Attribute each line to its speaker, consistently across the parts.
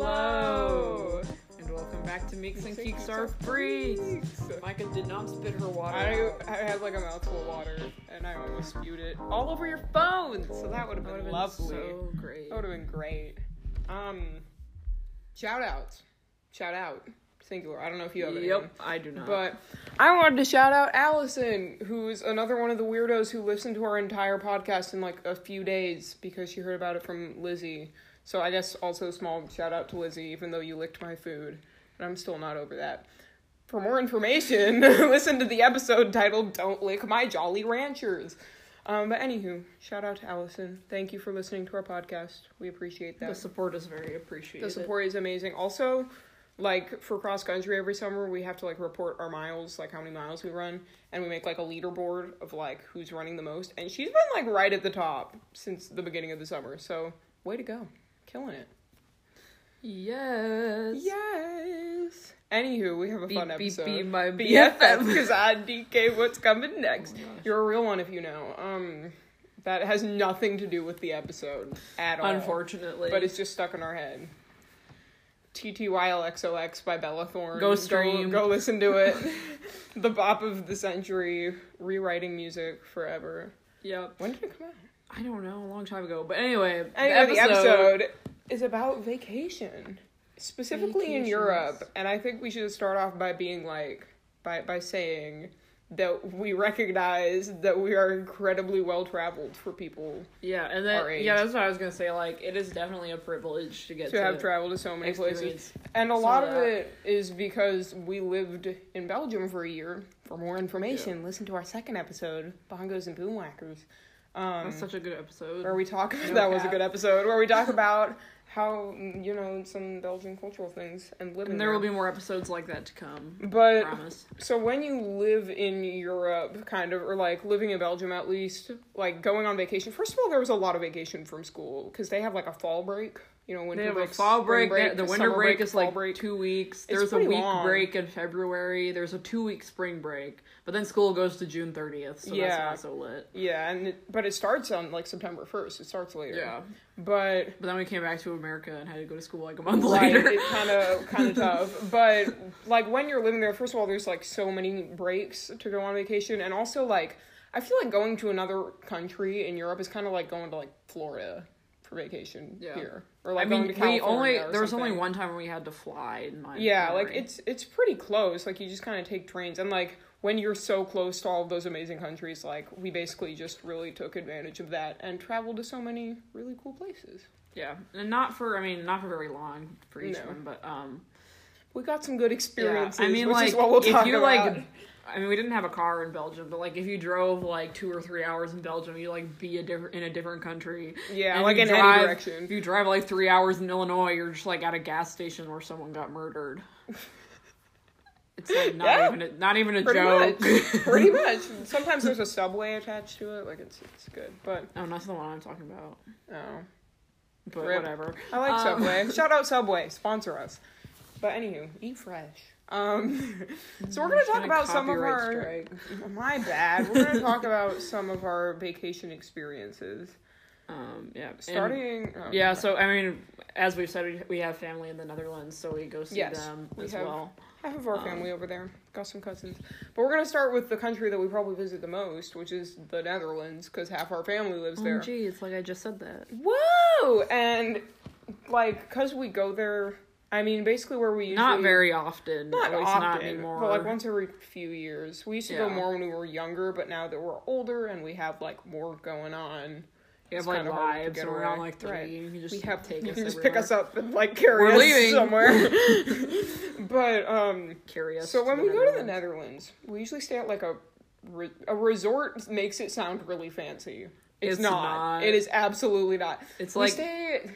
Speaker 1: Hello.
Speaker 2: And welcome back to Meeks and
Speaker 1: Meeks and
Speaker 2: Keeks
Speaker 1: Keeks
Speaker 2: Are
Speaker 1: Are
Speaker 2: Free. Micah did not spit her water.
Speaker 1: I,
Speaker 2: out.
Speaker 1: I had like a mouthful of water and I almost spewed it all over your phone. So that would have
Speaker 2: That would've
Speaker 1: been,
Speaker 2: been
Speaker 1: lovely.
Speaker 2: so great.
Speaker 1: That would have been great. Um, shout outs. Shout out. Singular. I don't know if you have any.
Speaker 2: Yep, I do not.
Speaker 1: But I wanted to shout out Allison, who's another one of the weirdos who listened to our entire podcast in like a few days because she heard about it from Lizzie. So I guess also a small shout out to Lizzie, even though you licked my food. And I'm still not over that. For more information, listen to the episode titled Don't Lick My Jolly Ranchers. Um, but anywho, shout out to Allison. Thank you for listening to our podcast. We appreciate that.
Speaker 2: the support is very appreciated.
Speaker 1: The support is amazing. Also, like for cross country every summer, we have to like report our miles, like how many miles we run, and we make like a leaderboard of like who's running the most. And she's been like right at the top since the beginning of the summer. So way to go, killing it.
Speaker 2: Yes.
Speaker 1: Yes. Anywho, we have a
Speaker 2: Be,
Speaker 1: fun
Speaker 2: be,
Speaker 1: episode.
Speaker 2: be my
Speaker 1: BFF,
Speaker 2: BFF.
Speaker 1: because I DK what's coming next.
Speaker 2: Oh my gosh.
Speaker 1: You're a real one if you know. Um, that has nothing to do with the episode at all.
Speaker 2: Unfortunately.
Speaker 1: But it's just stuck in our head. TTYLXOX by Bella Thorne.
Speaker 2: Go stream.
Speaker 1: Go, listen to it. the bop of the century. Rewriting music forever.
Speaker 2: yep.
Speaker 1: When did it come out?
Speaker 2: I don't know, a long time ago. But anyway, the
Speaker 1: Anyway, the episode is about vacation. Specifically in
Speaker 2: Vacations.
Speaker 1: Europe. And I think we should start off by being like, by, by saying that we recognize that we are incredibly well traveled for people
Speaker 2: Yeah, and
Speaker 1: Our
Speaker 2: then
Speaker 1: age.
Speaker 2: yeah, that's what I was gonna say. Like, it is definitely a privilege to get
Speaker 1: to have traveled to so many places.
Speaker 2: experience
Speaker 1: And a
Speaker 2: Some
Speaker 1: lot
Speaker 2: of
Speaker 1: of
Speaker 2: that.
Speaker 1: it is because we lived in Belgium for a year. For more information, listen to our second episode, Bongos and Boomwhackers, um,
Speaker 2: That's such a good episode.
Speaker 1: where we talk.
Speaker 2: No
Speaker 1: that was a
Speaker 2: cap.
Speaker 1: good episode where we talk about how you know some Belgian cultural things and living.
Speaker 2: and there will be more episodes like that to come. I
Speaker 1: But
Speaker 2: promise.
Speaker 1: so when you live in Europe, kind of, or like living in Belgium at least, like going on vacation. First of all, there was a lot of vacation from school because they have like a fall break. You know, winter
Speaker 2: They have
Speaker 1: break,
Speaker 2: a fall
Speaker 1: spring
Speaker 2: break. the- the winter
Speaker 1: summer
Speaker 2: break, is
Speaker 1: fall
Speaker 2: like
Speaker 1: break.
Speaker 2: two weeks. There's a
Speaker 1: pretty
Speaker 2: week
Speaker 1: long.
Speaker 2: break in February. There's a two week spring break, but then school goes to June 30th. So
Speaker 1: Yeah.
Speaker 2: that's not so lit.
Speaker 1: Yeah, and it, but it starts on like September first. It starts later.
Speaker 2: Yeah,
Speaker 1: but
Speaker 2: but then we came back to America and had to go to school like a month
Speaker 1: like
Speaker 2: later.
Speaker 1: it's kind of kind of tough. But like when you're living there, first of all, there's like so many breaks to go on vacation, and also like I feel like going to another country in Europe is kind of like going to like Florida for vacation
Speaker 2: Yeah.
Speaker 1: here, or
Speaker 2: I
Speaker 1: like going
Speaker 2: mean,
Speaker 1: to
Speaker 2: we
Speaker 1: California.
Speaker 2: only
Speaker 1: or
Speaker 2: there was only
Speaker 1: something.
Speaker 2: one time where we had to fly. In my
Speaker 1: Yeah, like
Speaker 2: memory.
Speaker 1: it's it's pretty close. Like you just kind of take trains and like when you're so close to all of those amazing countries, like we basically just really took advantage of that and traveled to so many really cool places.
Speaker 2: yeah, and not for I mean not for very long for each
Speaker 1: No.
Speaker 2: one, but um
Speaker 1: We got some good experiences.
Speaker 2: Yeah, I mean,
Speaker 1: which
Speaker 2: like
Speaker 1: is what we'll
Speaker 2: if
Speaker 1: talk
Speaker 2: you
Speaker 1: about.
Speaker 2: like, I mean, we didn't have a car in Belgium, but like if you drove like two or three hours in Belgium, you like be a different in a different country.
Speaker 1: Yeah,
Speaker 2: And
Speaker 1: like
Speaker 2: you
Speaker 1: in any
Speaker 2: drive-
Speaker 1: direction.
Speaker 2: If you drive like three hours in Illinois, you're just like at a gas station where someone got murdered. It's like not
Speaker 1: Yeah.
Speaker 2: even a, not even a
Speaker 1: pretty
Speaker 2: joke.
Speaker 1: much, pretty much. Sometimes there's a subway attached to it. Like it's it's good, but
Speaker 2: Oh, that's the one I'm talking about.
Speaker 1: oh,
Speaker 2: But
Speaker 1: Rip.
Speaker 2: whatever.
Speaker 1: I like
Speaker 2: Um,
Speaker 1: Subway. Shout out Subway, sponsor us. But anywho, eat fresh. Um, so we're gonna
Speaker 2: Just
Speaker 1: talk about some of
Speaker 2: copyright
Speaker 1: our.
Speaker 2: strike.
Speaker 1: My bad. We're gonna talk about some of our vacation experiences.
Speaker 2: Um, yeah, and-
Speaker 1: Starting. oh,
Speaker 2: Yeah, so I mean, as we've said, we, we have family in the Netherlands, so we go see
Speaker 1: Yes,
Speaker 2: them
Speaker 1: we
Speaker 2: as
Speaker 1: have-
Speaker 2: well.
Speaker 1: Half of our
Speaker 2: Um,
Speaker 1: family over there. Got some cousins. But we're going to start with the country that we probably visit the most, which is the Netherlands, because half our family lives there.
Speaker 2: Oh, gee, it's like I just said that.
Speaker 1: Whoa! And, like, because we go there, I mean, basically where we usually.
Speaker 2: Not very often.
Speaker 1: Not
Speaker 2: at least
Speaker 1: often,
Speaker 2: not anymore.
Speaker 1: but like once every few years. We used to go
Speaker 2: Yeah.
Speaker 1: more when we were younger, but now that we're older and we have like more going on,
Speaker 2: you have
Speaker 1: it's
Speaker 2: like
Speaker 1: kinda hard to
Speaker 2: lives,
Speaker 1: get
Speaker 2: and we're
Speaker 1: away.
Speaker 2: on like three.
Speaker 1: Right.
Speaker 2: You can just
Speaker 1: we have
Speaker 2: take
Speaker 1: you
Speaker 2: us.
Speaker 1: can just
Speaker 2: everywhere.
Speaker 1: pick us up and like carry
Speaker 2: We're
Speaker 1: us
Speaker 2: leaving.
Speaker 1: somewhere. but um,
Speaker 2: Carry us
Speaker 1: so when
Speaker 2: the
Speaker 1: we go to the
Speaker 2: Netherlands.
Speaker 1: Netherlands, we usually stay at like a re- a resort. Makes it sound really fancy. It's,
Speaker 2: It's
Speaker 1: not.
Speaker 2: not.
Speaker 1: It is absolutely not.
Speaker 2: it's
Speaker 1: we
Speaker 2: like
Speaker 1: stay.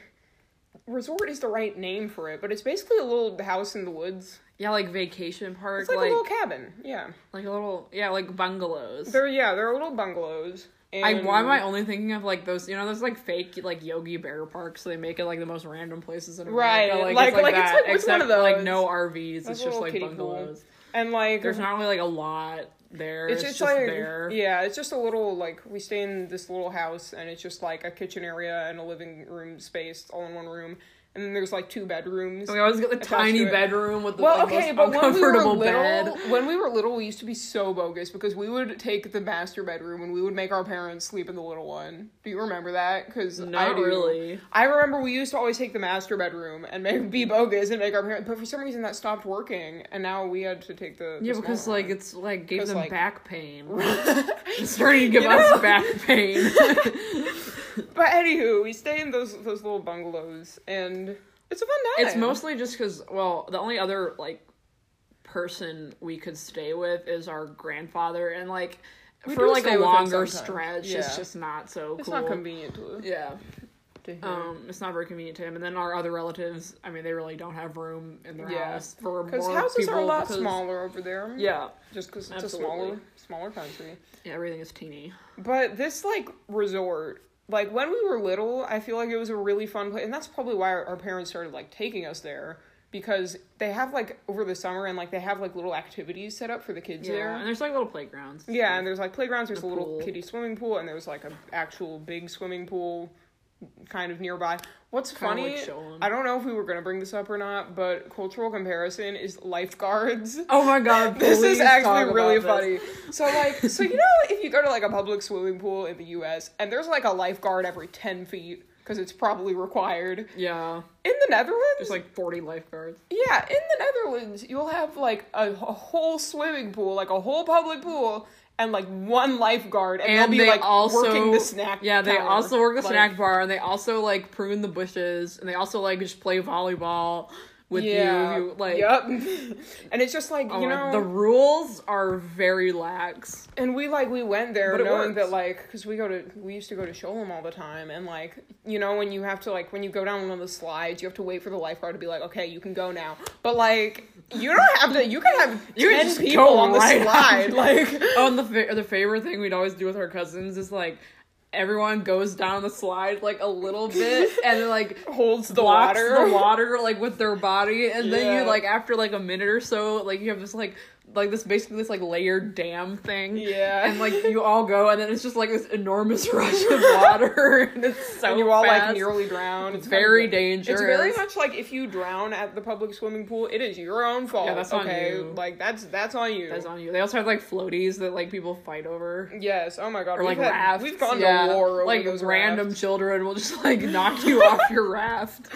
Speaker 1: Resort is the right name for it, but it's basically a little house in the woods.
Speaker 2: yeah, like vacation park,
Speaker 1: It's like,
Speaker 2: like
Speaker 1: a little cabin. Yeah,
Speaker 2: like a little yeah, like bungalows.
Speaker 1: they're yeah they're little bungalows. And
Speaker 2: I why am I only thinking of like those you know those like fake like Yogi Bear parks? So they make it like the most random places in America.
Speaker 1: Right,
Speaker 2: like,
Speaker 1: like-
Speaker 2: it's like,
Speaker 1: like, it's
Speaker 2: that,
Speaker 1: like, which
Speaker 2: except
Speaker 1: one of
Speaker 2: like
Speaker 1: those?
Speaker 2: no RVs. it's
Speaker 1: Those
Speaker 2: just
Speaker 1: little
Speaker 2: like
Speaker 1: kiddie pool.
Speaker 2: bungalows.
Speaker 1: and like
Speaker 2: There's not really like a lot there.
Speaker 1: it's,
Speaker 2: It's,
Speaker 1: just,
Speaker 2: just
Speaker 1: like
Speaker 2: there.
Speaker 1: yeah, it's just a little like we stay in this little house and it's just like a kitchen area and a living room space all in one room, and then there's like two bedrooms.
Speaker 2: We always get the tiny
Speaker 1: to it.
Speaker 2: bedroom with the
Speaker 1: Well,
Speaker 2: like,
Speaker 1: okay,
Speaker 2: most
Speaker 1: but when we were
Speaker 2: uncomfortable
Speaker 1: little,
Speaker 2: bed.
Speaker 1: when we were little, we used to be so bogus because we would take the master bedroom and we would make our parents sleep in the little one. Do you remember that? Because I
Speaker 2: Not
Speaker 1: do.
Speaker 2: really.
Speaker 1: I remember we used to always take the master bedroom and make be bogus and make our parents. But for some reason, that stopped working, and now we had to take the, the
Speaker 2: Yeah, because
Speaker 1: smaller
Speaker 2: like it's like gave
Speaker 1: 'Cause,
Speaker 2: them
Speaker 1: like-
Speaker 2: back pain. it's starting to give
Speaker 1: You know?
Speaker 2: us back pain.
Speaker 1: one. But anywho, we stay in those those little bungalows, and it's a fun time.
Speaker 2: it's mostly just because well, the only other like person we could stay with is our grandfather, and like
Speaker 1: We
Speaker 2: for
Speaker 1: do
Speaker 2: like
Speaker 1: stay
Speaker 2: a
Speaker 1: with him
Speaker 2: longer
Speaker 1: sometimes.
Speaker 2: stretch,
Speaker 1: Yeah.
Speaker 2: it's just not so
Speaker 1: it's
Speaker 2: cool.
Speaker 1: not convenient to,
Speaker 2: Yeah.
Speaker 1: to hear.
Speaker 2: Um, it's not very convenient to him. And then our other relatives, I mean, they really don't have room in their
Speaker 1: Yeah.
Speaker 2: house for
Speaker 1: because
Speaker 2: more
Speaker 1: houses
Speaker 2: people.
Speaker 1: are a lot
Speaker 2: because-
Speaker 1: smaller over there.
Speaker 2: Yeah,
Speaker 1: just because it's a
Speaker 2: Absolutely.
Speaker 1: smaller smaller country.
Speaker 2: yeah, everything is teeny.
Speaker 1: But this like resort, like when we were little, I feel like it was a really fun place, and that's probably why our, our parents started like taking us there because they have like over the summer and like they have like little activities set up for the kids
Speaker 2: Yeah,
Speaker 1: there.
Speaker 2: and there's like little playgrounds.
Speaker 1: Yeah, and there's like playgrounds. There's
Speaker 2: The
Speaker 1: a little
Speaker 2: pool.
Speaker 1: kiddie swimming pool, and there's like an actual big swimming pool, kind of nearby. What's
Speaker 2: Kinda,
Speaker 1: funny?
Speaker 2: like, show 'em.
Speaker 1: I don't know if we were gonna bring this up or not, but cultural comparison is lifeguards.
Speaker 2: Oh my god,
Speaker 1: This
Speaker 2: please
Speaker 1: is
Speaker 2: talk
Speaker 1: actually
Speaker 2: about
Speaker 1: really
Speaker 2: this.
Speaker 1: funny. So like, so you know, if you go to like a public swimming pool in the U.S. and there's like a lifeguard every ten feet because it's probably required.
Speaker 2: Yeah,
Speaker 1: In the Netherlands,
Speaker 2: there's like 40 lifeguards.
Speaker 1: yeah, in the Netherlands, you'll have like a, a whole swimming pool, like a whole public pool, and like one lifeguard, and,
Speaker 2: And
Speaker 1: they'll be
Speaker 2: they
Speaker 1: like
Speaker 2: also
Speaker 1: working the snack.
Speaker 2: Yeah, they
Speaker 1: counter.
Speaker 2: also work the
Speaker 1: Like,
Speaker 2: snack bar, and they also like prune the bushes, and they also like just play volleyball with
Speaker 1: Yeah,
Speaker 2: you. if you like,
Speaker 1: yep. and it's just like
Speaker 2: oh
Speaker 1: you
Speaker 2: my-
Speaker 1: know
Speaker 2: the rules are very lax.
Speaker 1: And we like we went there
Speaker 2: But it works.
Speaker 1: knowing that like because we go to we used to go to Sholem all the time and like you know when you have to like when you go down one of the slides you have to wait for the lifeguard to be like okay you can go now but like you don't have to you can have
Speaker 2: You can
Speaker 1: ten
Speaker 2: just
Speaker 1: people
Speaker 2: go
Speaker 1: on the
Speaker 2: right
Speaker 1: slide
Speaker 2: up.
Speaker 1: like
Speaker 2: Oh, and the fa- the favorite thing we'd always do with our cousins is like everyone goes down the slide like a little bit, and then like
Speaker 1: holds the
Speaker 2: blocks
Speaker 1: water
Speaker 2: the water like with their body, and then
Speaker 1: Yeah.
Speaker 2: you like after like a minute or so, like you have this like like this basically this like layered dam thing.
Speaker 1: Yeah.
Speaker 2: and like you all go, and then it's just like this enormous rush of water, and it's so
Speaker 1: and you all
Speaker 2: fast.
Speaker 1: like nearly drown it's
Speaker 2: very
Speaker 1: kind of-
Speaker 2: dangerous.
Speaker 1: It's very much like if you drown at the public swimming pool, it is your own fault.
Speaker 2: that's on
Speaker 1: okay,
Speaker 2: you.
Speaker 1: like that's that's on you.
Speaker 2: That's on you. They also have like floaties that like people fight over.
Speaker 1: yes. Oh my god.
Speaker 2: or like
Speaker 1: we've had-
Speaker 2: rafts.
Speaker 1: We've gone
Speaker 2: yeah.
Speaker 1: to war over
Speaker 2: like
Speaker 1: those
Speaker 2: random
Speaker 1: rafts.
Speaker 2: children will just like knock you off your raft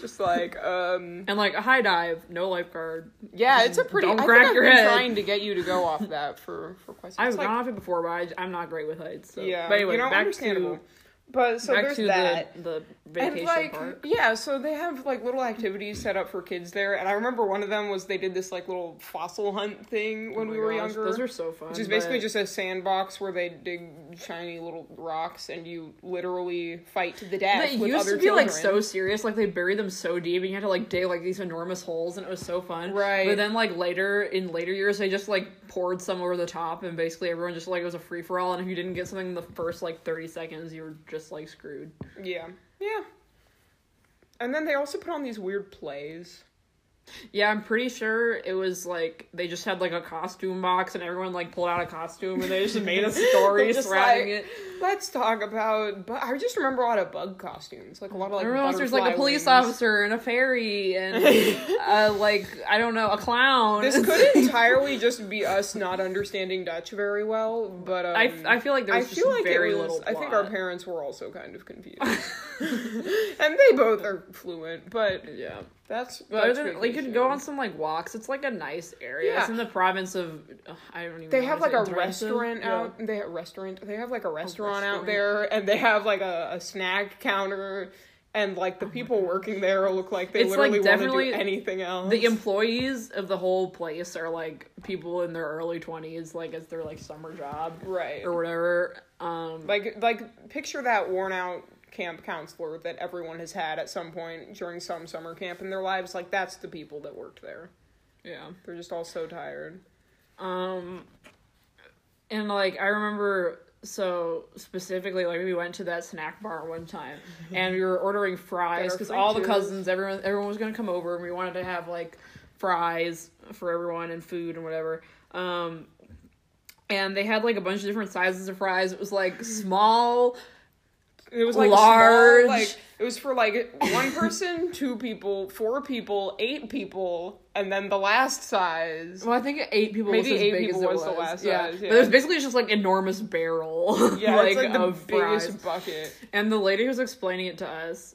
Speaker 1: Just like um.
Speaker 2: and like a high dive, no lifeguard.
Speaker 1: Yeah, it's a pretty.
Speaker 2: Don't
Speaker 1: I
Speaker 2: crack
Speaker 1: think
Speaker 2: your
Speaker 1: I've been
Speaker 2: head.
Speaker 1: trying to get you to go off that for for quite some
Speaker 2: I've
Speaker 1: it's like-
Speaker 2: gone off it before, but I, am not great with heights. So.
Speaker 1: yeah,
Speaker 2: but anyway,
Speaker 1: you know,
Speaker 2: back
Speaker 1: understandable.
Speaker 2: to
Speaker 1: but so
Speaker 2: back
Speaker 1: there's
Speaker 2: to
Speaker 1: that.
Speaker 2: the the
Speaker 1: and
Speaker 2: vacation
Speaker 1: like
Speaker 2: part.
Speaker 1: yeah, so they have like little activities set up for kids there, and I remember one of them was they did this like little fossil hunt thing when
Speaker 2: Oh
Speaker 1: we
Speaker 2: my
Speaker 1: were
Speaker 2: gosh,
Speaker 1: younger,
Speaker 2: Those are so fun.
Speaker 1: which is basically
Speaker 2: but-
Speaker 1: just a sandbox where they dig shiny little rocks and you literally fight to the death.
Speaker 2: They
Speaker 1: with
Speaker 2: used
Speaker 1: other
Speaker 2: to be like
Speaker 1: children.
Speaker 2: so serious, like they buried them so deep, and you had to like dig like these enormous holes, and it was so fun.
Speaker 1: Right.
Speaker 2: But then like later in later years, they just like poured some over the top, and basically everyone just like it was a free for all, and if you didn't get something in the first like thirty seconds, you were just like screwed.
Speaker 1: yeah, yeah. And then they also put on these weird plays.
Speaker 2: Yeah, I'm pretty sure it was like they just had like a costume box, and everyone like pulled out a costume, and they just made a story
Speaker 1: Just,
Speaker 2: surrounding
Speaker 1: like,
Speaker 2: it.
Speaker 1: Let's talk about. But I just remember a lot of bug costumes, like a lot of like.
Speaker 2: Everyone else, there's like a
Speaker 1: butterfly
Speaker 2: police
Speaker 1: wings.
Speaker 2: officer and a fairy and uh, like I don't know a clown.
Speaker 1: This could entirely just be us not understanding Dutch very well, but um,
Speaker 2: I, I feel like there
Speaker 1: I
Speaker 2: was just
Speaker 1: feel like
Speaker 2: very
Speaker 1: it was,
Speaker 2: little.
Speaker 1: I think our
Speaker 2: plot.
Speaker 1: parents were also kind of confused, and they both are fluent, but
Speaker 2: Yeah,
Speaker 1: that's.
Speaker 2: but other
Speaker 1: that's
Speaker 2: than, like you could
Speaker 1: vacation.
Speaker 2: go on some like walks. It's like a nice area. It's
Speaker 1: Yeah.
Speaker 2: in the province of ugh, I don't even.
Speaker 1: They
Speaker 2: know.
Speaker 1: have
Speaker 2: Is
Speaker 1: like
Speaker 2: it
Speaker 1: a
Speaker 2: Drenthe?
Speaker 1: restaurant
Speaker 2: Yeah.
Speaker 1: out. They have restaurant. They have like a restaurant, out
Speaker 2: restaurant.
Speaker 1: there, and they have like a, a snack counter, and like the people working there look like they
Speaker 2: Oh It's, like,
Speaker 1: literally want to do
Speaker 2: definitely
Speaker 1: anything else.
Speaker 2: The employees of the whole place are like people in their early twenties, like as their like summer job
Speaker 1: right.
Speaker 2: or whatever. Um,
Speaker 1: Like like picture that worn out camp counselor that everyone has had at some point during some summer camp in their lives. Like that's the people that worked there.
Speaker 2: yeah.
Speaker 1: They're just all so tired.
Speaker 2: Um, and like I remember so specifically, like we went to that snack bar one time, and we were ordering fries because
Speaker 1: Got our Mm-hmm. free
Speaker 2: all the
Speaker 1: juice.
Speaker 2: cousins, everyone, everyone was gonna come over, and we wanted to have like fries for everyone and food and whatever. Um, and they had like a bunch of different sizes of fries. It was like small.
Speaker 1: It was like large.
Speaker 2: Large.
Speaker 1: like it was for like one person, two people, four people, eight people, and then the last size.
Speaker 2: Well, I think eight people.
Speaker 1: Maybe
Speaker 2: was as
Speaker 1: eight
Speaker 2: big
Speaker 1: people
Speaker 2: as it
Speaker 1: was the last
Speaker 2: Yeah,
Speaker 1: size,
Speaker 2: but
Speaker 1: yeah.
Speaker 2: it was basically just like enormous barrel.
Speaker 1: Yeah,
Speaker 2: like,
Speaker 1: it's like the
Speaker 2: of
Speaker 1: biggest
Speaker 2: fries.
Speaker 1: bucket.
Speaker 2: and the lady who's explaining it to us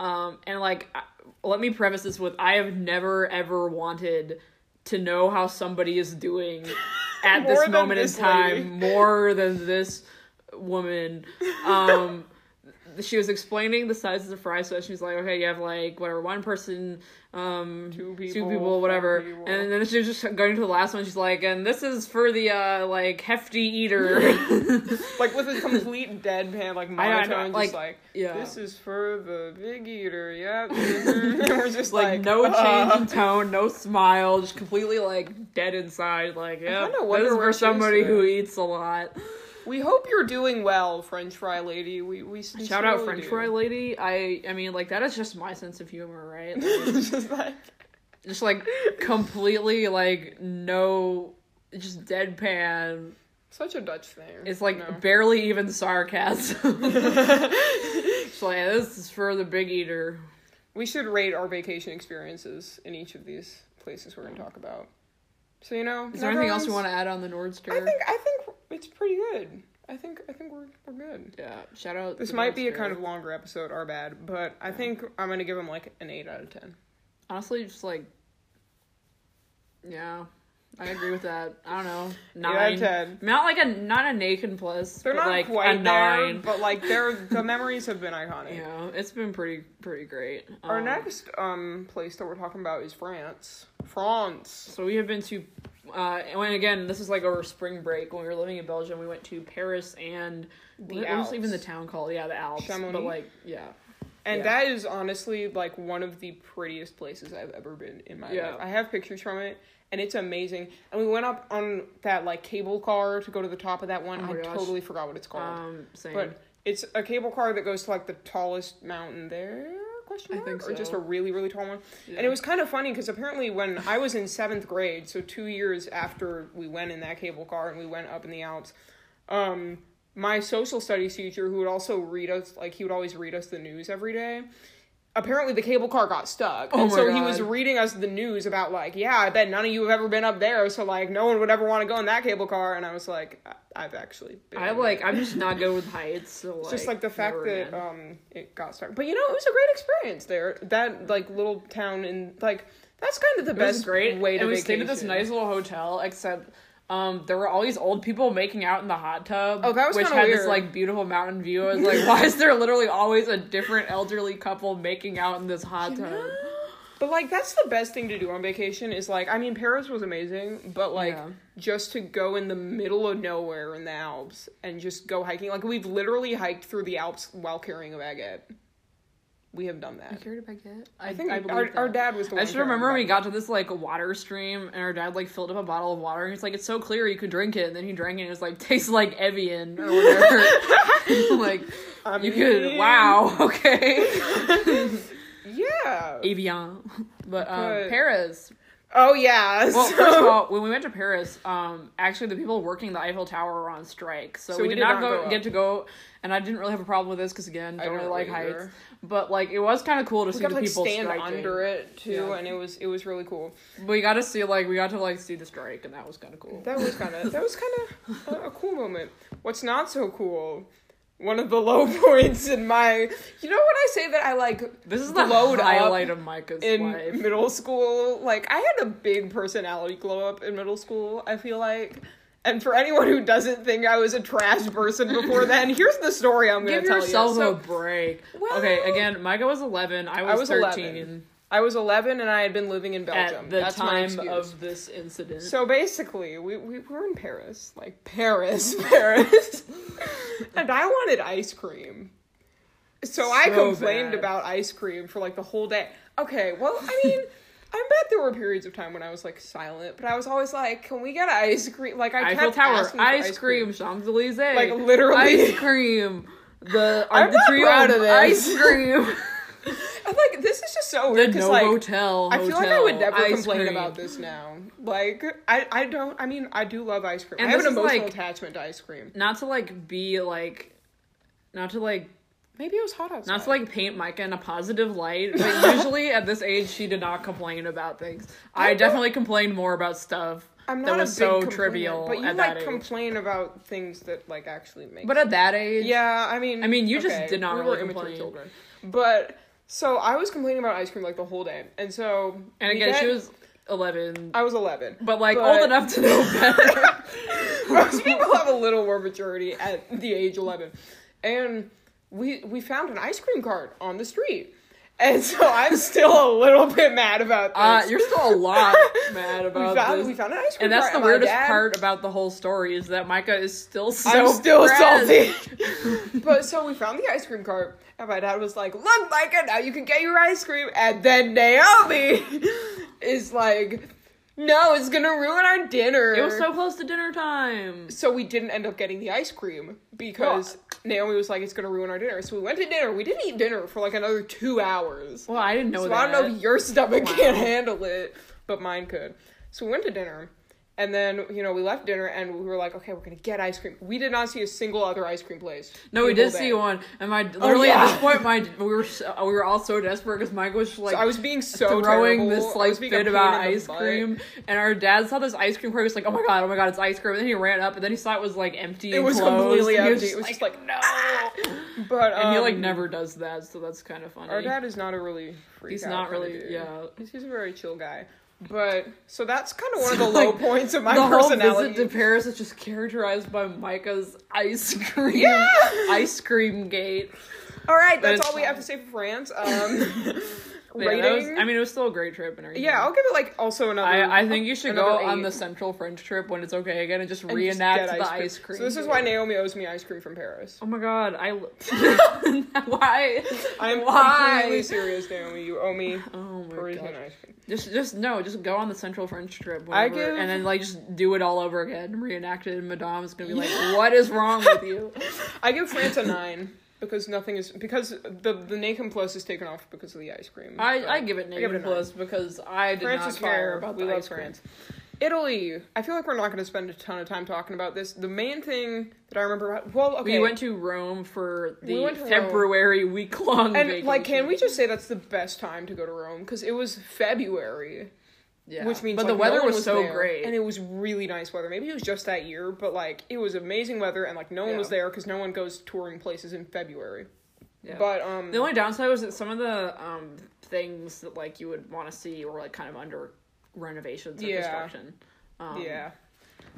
Speaker 2: um and like I- let me preface this with i have never ever wanted to know how somebody is doing at
Speaker 1: More
Speaker 2: this
Speaker 1: than
Speaker 2: moment
Speaker 1: this
Speaker 2: in time
Speaker 1: lady.
Speaker 2: more than this woman um she was explaining the sizes of fries so she's like okay you have like whatever one person um two
Speaker 1: Two people,
Speaker 2: people
Speaker 1: four
Speaker 2: whatever
Speaker 1: people.
Speaker 2: and then she was just going to the last one she's like and this is for the uh like hefty eater
Speaker 1: Like with a complete deadpan, like
Speaker 2: I know,
Speaker 1: monotone,
Speaker 2: like,
Speaker 1: just like
Speaker 2: yeah.
Speaker 1: this is for the big eater. Yeah, and we're just
Speaker 2: like,
Speaker 1: like,
Speaker 2: no
Speaker 1: uh,
Speaker 2: change in tone, no smile, just completely like dead inside. Like yeah,
Speaker 1: kinda wonder
Speaker 2: this is
Speaker 1: where
Speaker 2: for
Speaker 1: she
Speaker 2: somebody
Speaker 1: is
Speaker 2: who
Speaker 1: today.
Speaker 2: eats a lot.
Speaker 1: We hope you're doing well, French fry lady. We we
Speaker 2: Shout out
Speaker 1: sincerely
Speaker 2: French
Speaker 1: do.
Speaker 2: fry lady. I I mean like that is just my sense of humor, right? Like,
Speaker 1: just like
Speaker 2: just like completely like no, just deadpan.
Speaker 1: such a Dutch thing.
Speaker 2: It's like
Speaker 1: no.
Speaker 2: barely even sarcasm. it's like this is for the big eater.
Speaker 1: we should rate our vacation experiences in each of these places we're gonna talk about. So you know,
Speaker 2: Is there anything else you want
Speaker 1: Netherlands-
Speaker 2: to add on the Nordster?
Speaker 1: I think I think it's pretty good. I think I think we're we're good.
Speaker 2: yeah. Shout out.
Speaker 1: This
Speaker 2: the
Speaker 1: might be a
Speaker 2: Nordster.
Speaker 1: kind of longer episode, our bad, but I think I'm gonna give them like an eight out of ten.
Speaker 2: Honestly, just like, yeah, I agree with that. I don't know,
Speaker 1: Eight out
Speaker 2: nine.
Speaker 1: of ten.
Speaker 2: Not like a not a naked plus,
Speaker 1: They're
Speaker 2: but
Speaker 1: not
Speaker 2: like
Speaker 1: quite
Speaker 2: a
Speaker 1: there,
Speaker 2: nine.
Speaker 1: but like they're the memories have been iconic.
Speaker 2: Yeah, it's been pretty pretty great.
Speaker 1: Our
Speaker 2: Um,
Speaker 1: next um place that we're talking about is France. France.
Speaker 2: So we have been to, uh, and when- again, this is like over spring break when we were living in Belgium. We went to Paris and
Speaker 1: The
Speaker 2: what, what was
Speaker 1: Alps.
Speaker 2: even the town called? Yeah, the Alps.
Speaker 1: Chamonix?
Speaker 2: But like, yeah,
Speaker 1: And
Speaker 2: Yeah.
Speaker 1: that is honestly like one of the prettiest places I've ever been in my
Speaker 2: Yeah.
Speaker 1: life. I have pictures from it and it's amazing. And we went up on that like cable car to go to the top of that one.
Speaker 2: Oh my
Speaker 1: I
Speaker 2: gosh.
Speaker 1: totally forgot what it's called.
Speaker 2: um, same.
Speaker 1: but it's a cable car that goes to like the tallest mountain there. Question
Speaker 2: I
Speaker 1: mark?
Speaker 2: think
Speaker 1: Or just
Speaker 2: so.
Speaker 1: a really, really tall one.
Speaker 2: Yeah.
Speaker 1: And it was kind of funny because apparently when I was in seventh grade, so two years after we went in that cable car and we went up in the Alps, um, my social studies teacher, who would also read us, like he would always read us the news every day. Apparently the cable car got stuck,
Speaker 2: Oh
Speaker 1: and
Speaker 2: my
Speaker 1: so he was
Speaker 2: God.
Speaker 1: reading us the news about like, yeah, I bet none of you have ever been up there, so like no one would ever want to go in that cable car. And I was like, I- I've actually, been
Speaker 2: I
Speaker 1: in
Speaker 2: like.
Speaker 1: it.
Speaker 2: I'm just not good with heights. So like,
Speaker 1: It's just like the fact
Speaker 2: never
Speaker 1: that
Speaker 2: again.
Speaker 1: um it got stuck. But you know, it was a great experience there. That like little town in like that's kind of the
Speaker 2: It
Speaker 1: best
Speaker 2: was great.
Speaker 1: way to
Speaker 2: and we
Speaker 1: vacation.
Speaker 2: stayed at this nice little hotel, except um, there were all these old people making out in the hot tub.
Speaker 1: Oh, that was
Speaker 2: which
Speaker 1: kinda
Speaker 2: had this
Speaker 1: weird.
Speaker 2: like beautiful mountain view. I was like, why is there literally always a different elderly couple making out in this hot tub?
Speaker 1: But like that's the best thing to do on vacation is like I mean Paris was amazing, but like
Speaker 2: Yeah.
Speaker 1: just to go in the middle of nowhere in the Alps and just go hiking. Like we've literally hiked through the Alps while carrying a baguette. We have done that.
Speaker 2: carried a baguette. I,
Speaker 1: I think
Speaker 2: I
Speaker 1: our,
Speaker 2: believe
Speaker 1: our
Speaker 2: that.
Speaker 1: dad was the one.
Speaker 2: I just
Speaker 1: carrying
Speaker 2: remember
Speaker 1: the
Speaker 2: when we
Speaker 1: baguette.
Speaker 2: got to this like water stream and our dad like filled up a bottle of water and he's like, It's so clear you could drink it and then he drank it and it was like tastes like Evian or whatever. like
Speaker 1: I
Speaker 2: you could
Speaker 1: mean,
Speaker 2: wow, okay.
Speaker 1: Yeah.
Speaker 2: Evian. But um
Speaker 1: But-
Speaker 2: Paris.
Speaker 1: Oh yeah.
Speaker 2: Well, first of all, when we went to Paris, um, actually the people working the Eiffel Tower were on strike, so, we, did, not, go,
Speaker 1: up.
Speaker 2: get to go. And I didn't really have a problem with this because again, don't,
Speaker 1: don't
Speaker 2: really like
Speaker 1: either.
Speaker 2: heights. But like, it was kind of cool to
Speaker 1: we
Speaker 2: see
Speaker 1: got
Speaker 2: the
Speaker 1: to like
Speaker 2: people
Speaker 1: stand
Speaker 2: striking.
Speaker 1: under it too,
Speaker 2: Yeah.
Speaker 1: and it was it was really cool.
Speaker 2: We got to see like we got to like see the strike, and that was kind of cool.
Speaker 1: That was kind of that was kind of a, a cool moment. What's not so cool? One of the low points in my, you know, when I say that I like
Speaker 2: This is the
Speaker 1: glowed up
Speaker 2: highlight of Micah's
Speaker 1: in
Speaker 2: life.
Speaker 1: middle school, like I had a big personality glow up in middle school. I feel like. And for anyone who doesn't think I was a trash person before then, here's the story I'm going
Speaker 2: Give
Speaker 1: to tell
Speaker 2: yourself
Speaker 1: you. So-
Speaker 2: a break.
Speaker 1: Well-
Speaker 2: okay, again, Micah was eleven. I was,
Speaker 1: was 11.
Speaker 2: thirteen
Speaker 1: I was 11 and I had been living in Belgium.
Speaker 2: at the
Speaker 1: That's my
Speaker 2: time
Speaker 1: excuse.
Speaker 2: of this incident.
Speaker 1: So basically, we, we were in Paris, like Paris, Paris, and I wanted ice cream. So, I
Speaker 2: So
Speaker 1: complained
Speaker 2: bad.
Speaker 1: about ice cream for like the whole day. Okay, well, I mean, I bet there were periods of time when I was like silent, but I was always like, "Can we get ice cream?" Like I
Speaker 2: Eiffel
Speaker 1: kept
Speaker 2: Tower, ice,
Speaker 1: asking for
Speaker 2: cream, Champs Elysees,
Speaker 1: Like, literally.
Speaker 2: ice cream. The
Speaker 1: I'm
Speaker 2: the
Speaker 1: not
Speaker 2: trio
Speaker 1: proud
Speaker 2: of
Speaker 1: of this.
Speaker 2: ice cream.
Speaker 1: I'm like, this is just so
Speaker 2: The
Speaker 1: weird because
Speaker 2: no
Speaker 1: like
Speaker 2: hotel.
Speaker 1: I feel like I would
Speaker 2: hotel,
Speaker 1: never
Speaker 2: ice
Speaker 1: complain
Speaker 2: cream.
Speaker 1: about this now. Like I, I don't. I mean, I do love ice cream.
Speaker 2: And
Speaker 1: I have
Speaker 2: this
Speaker 1: an
Speaker 2: is,
Speaker 1: emotional
Speaker 2: like-
Speaker 1: attachment to ice cream.
Speaker 2: Not to like be like, not to like
Speaker 1: Maybe it was hot outside.
Speaker 2: Not to like paint Micah in a positive light, but usually at this age she did not complain about things. I definitely complained more about stuff
Speaker 1: I'm not
Speaker 2: that was
Speaker 1: a big
Speaker 2: so
Speaker 1: complainer,
Speaker 2: trivial
Speaker 1: But you
Speaker 2: at
Speaker 1: like
Speaker 2: that age.
Speaker 1: complain about things that like actually make.
Speaker 2: But at that age,
Speaker 1: yeah, I mean,
Speaker 2: I mean, you just did not
Speaker 1: we
Speaker 2: really
Speaker 1: were immature
Speaker 2: complain.
Speaker 1: children. But so I was complaining about ice cream like the whole day, and so
Speaker 2: and
Speaker 1: we
Speaker 2: again
Speaker 1: get-
Speaker 2: she was eleven,
Speaker 1: I was 11.
Speaker 2: but like
Speaker 1: but-
Speaker 2: old enough to know better.
Speaker 1: Most people have a little more maturity at the age 11. And we we found an ice cream cart on the street. And so I'm still a little bit mad about this.
Speaker 2: uh, you're still a lot mad
Speaker 1: we
Speaker 2: about
Speaker 1: found
Speaker 2: this.
Speaker 1: we found an ice
Speaker 2: and
Speaker 1: cream
Speaker 2: that's
Speaker 1: cart
Speaker 2: the
Speaker 1: my
Speaker 2: weirdest
Speaker 1: dad-
Speaker 2: part about the whole story is that Micah is still so
Speaker 1: I'm still
Speaker 2: depressed.
Speaker 1: salty. but so we found the ice cream cart, and my dad was like, "Look, Micah, now you can get your ice cream." And then Naomi is like, "No, it's gonna ruin our dinner."
Speaker 2: It was so close to dinner time.
Speaker 1: so we didn't end up getting the ice cream because Naomi was like, "It's gonna ruin our dinner." So we went to dinner. We didn't eat dinner for like another two hours.
Speaker 2: Well, I didn't know
Speaker 1: so
Speaker 2: that.
Speaker 1: I don't know if your stomach
Speaker 2: Wow.
Speaker 1: can't handle it, but mine could. So we went to dinner, and then you know we left dinner, and we were like, "Okay, we're gonna get ice cream." We did not see a single other ice cream place.
Speaker 2: No, we
Speaker 1: the whole
Speaker 2: did see
Speaker 1: day.
Speaker 2: one, and my literally
Speaker 1: Oh, yeah.
Speaker 2: at this point, my we were so, we were all so desperate because Mike was like
Speaker 1: So I was being so
Speaker 2: throwing
Speaker 1: terrible.
Speaker 2: this
Speaker 1: I
Speaker 2: like
Speaker 1: was being a
Speaker 2: fit
Speaker 1: pain
Speaker 2: about
Speaker 1: in the
Speaker 2: ice
Speaker 1: butt.
Speaker 2: cream, and our dad saw this ice cream cart. He was like, "Oh my god, oh my god, it's ice cream!" And then he ran up, and then he saw it was like empty.
Speaker 1: It
Speaker 2: and
Speaker 1: was
Speaker 2: closed,
Speaker 1: completely
Speaker 2: and he
Speaker 1: empty. It was just like no. But um,
Speaker 2: and he like never does that, so that's kind of funny.
Speaker 1: Our dad is not a really freak
Speaker 2: He's
Speaker 1: out
Speaker 2: not
Speaker 1: kinda
Speaker 2: really-
Speaker 1: dude.
Speaker 2: yeah.
Speaker 1: He's, he's a very chill guy. But so that's kind of one of
Speaker 2: So,
Speaker 1: the low
Speaker 2: like,
Speaker 1: points of my
Speaker 2: the whole
Speaker 1: personality.
Speaker 2: visit to Paris is just characterized by Micah's ice cream,
Speaker 1: Yeah.
Speaker 2: ice cream gate.
Speaker 1: all right,
Speaker 2: But
Speaker 1: that's
Speaker 2: it's
Speaker 1: all we have to say for France. Um,
Speaker 2: Yeah,
Speaker 1: rating.
Speaker 2: that was- I mean, it was still a great trip and everything.
Speaker 1: yeah, I'll give it like also another.
Speaker 2: I, I think you should
Speaker 1: another
Speaker 2: go on
Speaker 1: eight
Speaker 2: the central French trip when it's okay again and just
Speaker 1: and just
Speaker 2: reenact
Speaker 1: get
Speaker 2: the ice cream.
Speaker 1: So this is why Naomi owes me ice cream from Paris.
Speaker 2: Oh my god, I. lo- why?
Speaker 1: I'm
Speaker 2: Why?
Speaker 1: completely serious, Naomi. You owe me
Speaker 2: Oh my
Speaker 1: Parisian
Speaker 2: god.
Speaker 1: ice cream.
Speaker 2: Just, just no, just go on the central French trip. Whenever,
Speaker 1: I give-
Speaker 2: and then like just do it all over again, reenact it, and Madame's gonna be like, "What is wrong with you?"
Speaker 1: I give France a nine because nothing is because the the Nacum plus is taken off because of the ice cream.
Speaker 2: I,
Speaker 1: but-
Speaker 2: I give it
Speaker 1: give it a
Speaker 2: negative plus because I did
Speaker 1: France
Speaker 2: not
Speaker 1: is
Speaker 2: care
Speaker 1: fair.
Speaker 2: about
Speaker 1: we
Speaker 2: the
Speaker 1: love
Speaker 2: ice cream.
Speaker 1: France. Italy. I feel like we're not going to spend a ton of time talking about this. The main thing that I remember about well,
Speaker 2: We
Speaker 1: okay,
Speaker 2: went to Rome for the
Speaker 1: We went to Rome.
Speaker 2: February week long.
Speaker 1: and like, can we just say that's the best time to go to Rome because it was February,
Speaker 2: Yeah.
Speaker 1: which means
Speaker 2: but
Speaker 1: like,
Speaker 2: the
Speaker 1: no
Speaker 2: weather
Speaker 1: one
Speaker 2: was, so
Speaker 1: there,
Speaker 2: great.
Speaker 1: and it was really nice weather. Maybe it was just that year, but like it was amazing weather, and like no one
Speaker 2: Yeah.
Speaker 1: was there because no one goes touring places in February.
Speaker 2: Yeah.
Speaker 1: But um,
Speaker 2: The only downside was that some of the um, things that like you would want to see were like kind of under renovations and
Speaker 1: Yeah.
Speaker 2: construction. Um,
Speaker 1: yeah,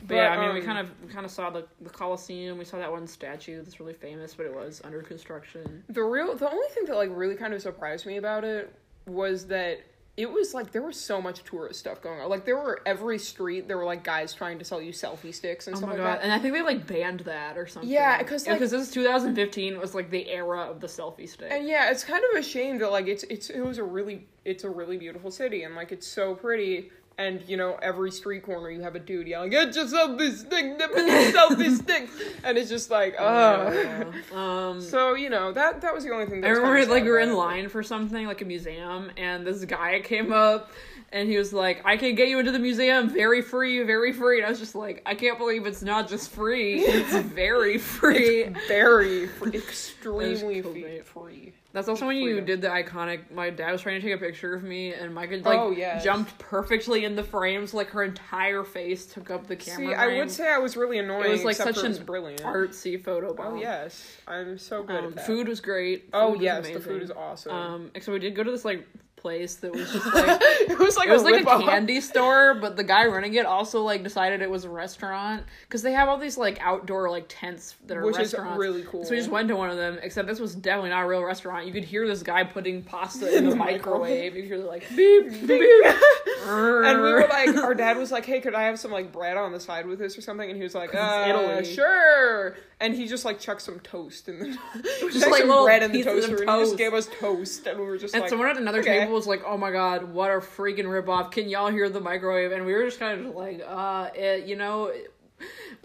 Speaker 2: but,
Speaker 1: But,
Speaker 2: yeah, I mean, we
Speaker 1: um,
Speaker 2: kind of we kind of saw the the Colosseum. We saw that one statue that's really famous, but it was under construction.
Speaker 1: The real the only thing that like really kind of surprised me about it was that it was like there was so much tourist stuff going on. Like there were every street there were like guys trying to sell you selfie sticks and
Speaker 2: Oh
Speaker 1: stuff
Speaker 2: my
Speaker 1: like
Speaker 2: god!
Speaker 1: that.
Speaker 2: And I think they like banned that or something.
Speaker 1: Yeah, 'cause, like-
Speaker 2: because this is 2015 was like the era of the selfie stick.
Speaker 1: And yeah, it's kind of a shame that like it's it's it was a really it's a really beautiful city and like it's so pretty and you know every street corner you have a dude yelling get your selfie stick, get your selfie stick, and it's just like oh.
Speaker 2: Yeah. um,
Speaker 1: So you know that that was the only thing. That
Speaker 2: I
Speaker 1: was kinda
Speaker 2: remember
Speaker 1: sad
Speaker 2: like we were in
Speaker 1: about it.
Speaker 2: line for something, like a museum, and this guy came up and he was like, I can get you into the museum very free, very free. And I was just like, I can't believe it's not just free, it's very free.
Speaker 1: Very fr- extremely
Speaker 2: cool,
Speaker 1: fe-
Speaker 2: mate.
Speaker 1: free.
Speaker 2: That's also when you
Speaker 1: Freedom.
Speaker 2: did the iconic my dad was trying to take a picture of me and Micah like
Speaker 1: Oh, yes.
Speaker 2: jumped perfectly in the frame, so like her entire face took up the camera.
Speaker 1: See, I would
Speaker 2: frame.
Speaker 1: say I was really annoying.
Speaker 2: it was like
Speaker 1: except
Speaker 2: such
Speaker 1: for it was
Speaker 2: an
Speaker 1: brilliant
Speaker 2: artsy photo
Speaker 1: Oh
Speaker 2: bomb.
Speaker 1: yes, I'm so good
Speaker 2: Um,
Speaker 1: at that.
Speaker 2: food was great.
Speaker 1: Oh
Speaker 2: Food was
Speaker 1: yes, the food
Speaker 2: amazing.
Speaker 1: is awesome.
Speaker 2: Um, except we did go to this like place that was just like
Speaker 1: it was like
Speaker 2: it was
Speaker 1: a
Speaker 2: like a
Speaker 1: rip-off.
Speaker 2: candy store, but the guy running it also like decided it was a restaurant because they have all these like outdoor like tents that are
Speaker 1: Which is
Speaker 2: restaurants.
Speaker 1: really cool.
Speaker 2: So we just went to one of them. Except this was definitely not a real restaurant. You could hear this guy putting pasta in the microwave. You could hear the, like beep beep.
Speaker 1: and we were like, our dad was like, "Hey, could I have some like bread on the side with this or something?" And he was like, uh,
Speaker 2: Italy.
Speaker 1: sure." And he just like chucked some toast in the
Speaker 2: just,
Speaker 1: chucked
Speaker 2: like,
Speaker 1: some
Speaker 2: little
Speaker 1: bread in the
Speaker 2: pieces of
Speaker 1: toaster, and he
Speaker 2: toast.
Speaker 1: just gave us toast, and we were just
Speaker 2: And
Speaker 1: like,
Speaker 2: someone at another
Speaker 1: okay.
Speaker 2: table was like, "Oh my god, what a freaking ripoff! Can y'all hear the microwave?" And we were just kind of like, "Uh, eh, you know,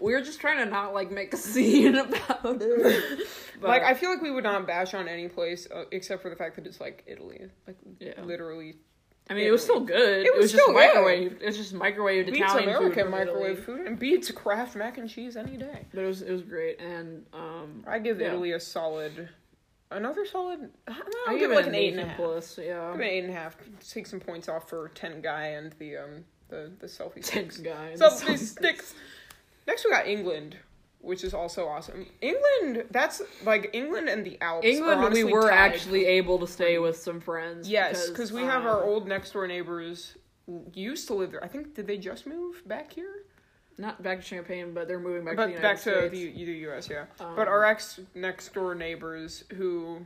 Speaker 2: We were just trying to not like make a scene about it. But,
Speaker 1: like I feel like we would not bash on any place uh, except for the fact that it's like Italy, like
Speaker 2: Yeah.
Speaker 1: literally.
Speaker 2: I mean, it was still good. It was,
Speaker 1: was
Speaker 2: just
Speaker 1: still good.
Speaker 2: microwave. It's just microwaved
Speaker 1: Beats
Speaker 2: Italian food
Speaker 1: American
Speaker 2: from
Speaker 1: microwave
Speaker 2: Italy.
Speaker 1: food and beats Kraft mac and cheese any day.
Speaker 2: But it was it was great, and um,
Speaker 1: I give
Speaker 2: Yeah.
Speaker 1: Italy a solid, another solid. I'll
Speaker 2: I
Speaker 1: give it like an eight and a
Speaker 2: Asian
Speaker 1: half.
Speaker 2: plus. Yeah,
Speaker 1: Give it an eight and a half. Take some points off for ten guy and the um the the selfie
Speaker 2: ten
Speaker 1: sticks.
Speaker 2: guys.
Speaker 1: Selfie sticks. Next we got England, which is also awesome. England, that's like England and the Alps. are
Speaker 2: England, we
Speaker 1: honestly
Speaker 2: were
Speaker 1: tied.
Speaker 2: actually able to stay with some friends.
Speaker 1: yes because we have our
Speaker 2: um,
Speaker 1: old next door neighbors who used to live there. I think did they just move back here?
Speaker 2: not back to Champagne, but they're moving back
Speaker 1: But
Speaker 2: to the United
Speaker 1: back to
Speaker 2: States.
Speaker 1: the, U- the U.S. Yeah,
Speaker 2: Um,
Speaker 1: but our ex next door neighbors who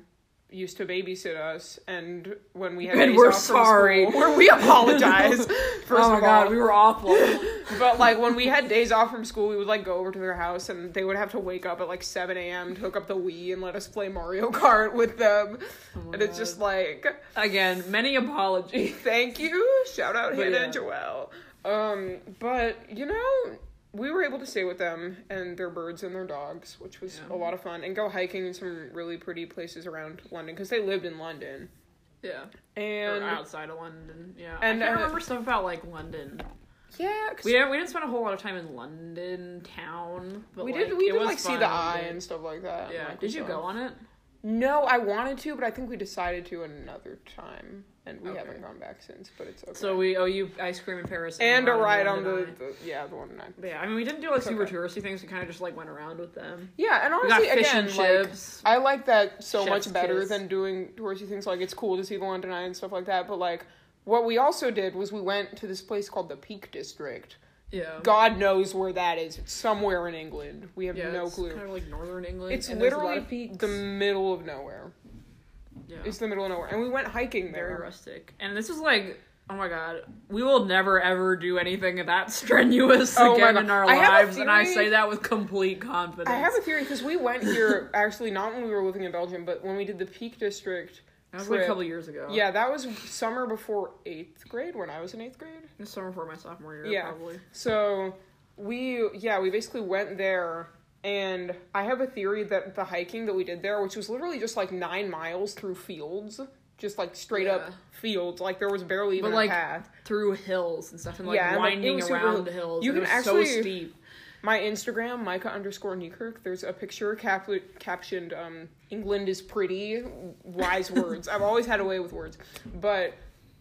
Speaker 1: used to babysit us, and when we had
Speaker 2: And
Speaker 1: days
Speaker 2: we're
Speaker 1: off from
Speaker 2: sorry.
Speaker 1: school, where we apologize. First
Speaker 2: oh
Speaker 1: of
Speaker 2: my
Speaker 1: all,
Speaker 2: god, we were awful.
Speaker 1: But like when we had days off from school, we would like go over to their house, and they would have to wake up at like seven a.m. to hook up the Wii and let us play Mario Kart with them.
Speaker 2: my
Speaker 1: and it's just like,
Speaker 2: Again, many apologies.
Speaker 1: thank you, shout out
Speaker 2: But
Speaker 1: Hannah and
Speaker 2: yeah.
Speaker 1: Joelle. Um, but you know, we were able to stay with them and their birds and their dogs, which was
Speaker 2: Yeah.
Speaker 1: a lot of fun, and go hiking in some really pretty places around London because they lived in London.
Speaker 2: Yeah,
Speaker 1: And
Speaker 2: or outside of London. Yeah,
Speaker 1: and,
Speaker 2: I can't
Speaker 1: uh,
Speaker 2: remember stuff about like London.
Speaker 1: yeah, 'cause
Speaker 2: We didn't we didn't spend a whole lot of time in London town, but
Speaker 1: we
Speaker 2: like,
Speaker 1: did we
Speaker 2: it
Speaker 1: did
Speaker 2: was
Speaker 1: like see
Speaker 2: fun.
Speaker 1: the eye and stuff like that.
Speaker 2: Yeah,
Speaker 1: like,
Speaker 2: did you
Speaker 1: so-
Speaker 2: go on it?
Speaker 1: No, I wanted to, but I think we decided to another time, and we
Speaker 2: Okay.
Speaker 1: haven't gone back since. But it's okay.
Speaker 2: So we owe you ice cream in Paris
Speaker 1: and a
Speaker 2: London,
Speaker 1: ride on
Speaker 2: London Eye.
Speaker 1: the, the yeah the one nine.
Speaker 2: But yeah, I mean, we didn't do like
Speaker 1: It's
Speaker 2: super
Speaker 1: okay.
Speaker 2: touristy things. We kind of just like went around with them.
Speaker 1: Yeah, and
Speaker 2: We got
Speaker 1: honestly,
Speaker 2: fish
Speaker 1: again,
Speaker 2: and
Speaker 1: like
Speaker 2: chips.
Speaker 1: I like that so
Speaker 2: Chef's
Speaker 1: much better
Speaker 2: kiss.
Speaker 1: than doing touristy things. Like it's cool to see the London Eye and stuff like that. But like what we also did was we went to this place called the Peak District.
Speaker 2: yeah,
Speaker 1: God knows where that is. It's somewhere in England. We have
Speaker 2: yeah,
Speaker 1: no
Speaker 2: it's
Speaker 1: clue.
Speaker 2: Kind of like northern England.
Speaker 1: it's
Speaker 2: and there's a lot
Speaker 1: literally
Speaker 2: of peaks.
Speaker 1: the middle of nowhere.
Speaker 2: yeah.
Speaker 1: It's the middle of nowhere, and we went hiking there.
Speaker 2: very rustic. And this is like, oh my god, we will never ever do anything that strenuous
Speaker 1: Oh my
Speaker 2: again
Speaker 1: God.
Speaker 2: in our
Speaker 1: I have a
Speaker 2: lives, and I
Speaker 1: theory-
Speaker 2: say that with complete confidence.
Speaker 1: I have a theory because we went here actually not when we were living in Belgium, but when we did the Peak District.
Speaker 2: that was like a
Speaker 1: trip.
Speaker 2: couple years ago.
Speaker 1: Yeah, that was summer before eighth grade when I was in eighth grade.
Speaker 2: It was summer before my sophomore year,
Speaker 1: Yeah.
Speaker 2: probably.
Speaker 1: So we yeah we basically went there, and I have a theory that the hiking that we did there, which was literally just like nine miles through fields, just like straight up
Speaker 2: Yeah.
Speaker 1: fields, like there was barely even
Speaker 2: But, like,
Speaker 1: a path.
Speaker 2: Through hills and stuff, and like
Speaker 1: Yeah, and, like, it
Speaker 2: winding
Speaker 1: was super-
Speaker 2: around hills.
Speaker 1: you
Speaker 2: and it
Speaker 1: can
Speaker 2: was so
Speaker 1: actually-
Speaker 2: steep.
Speaker 1: My Instagram, Micah underscore Niekirk, there's a picture cap- captioned, um, England is pretty, wise words. I've always had a way with words. But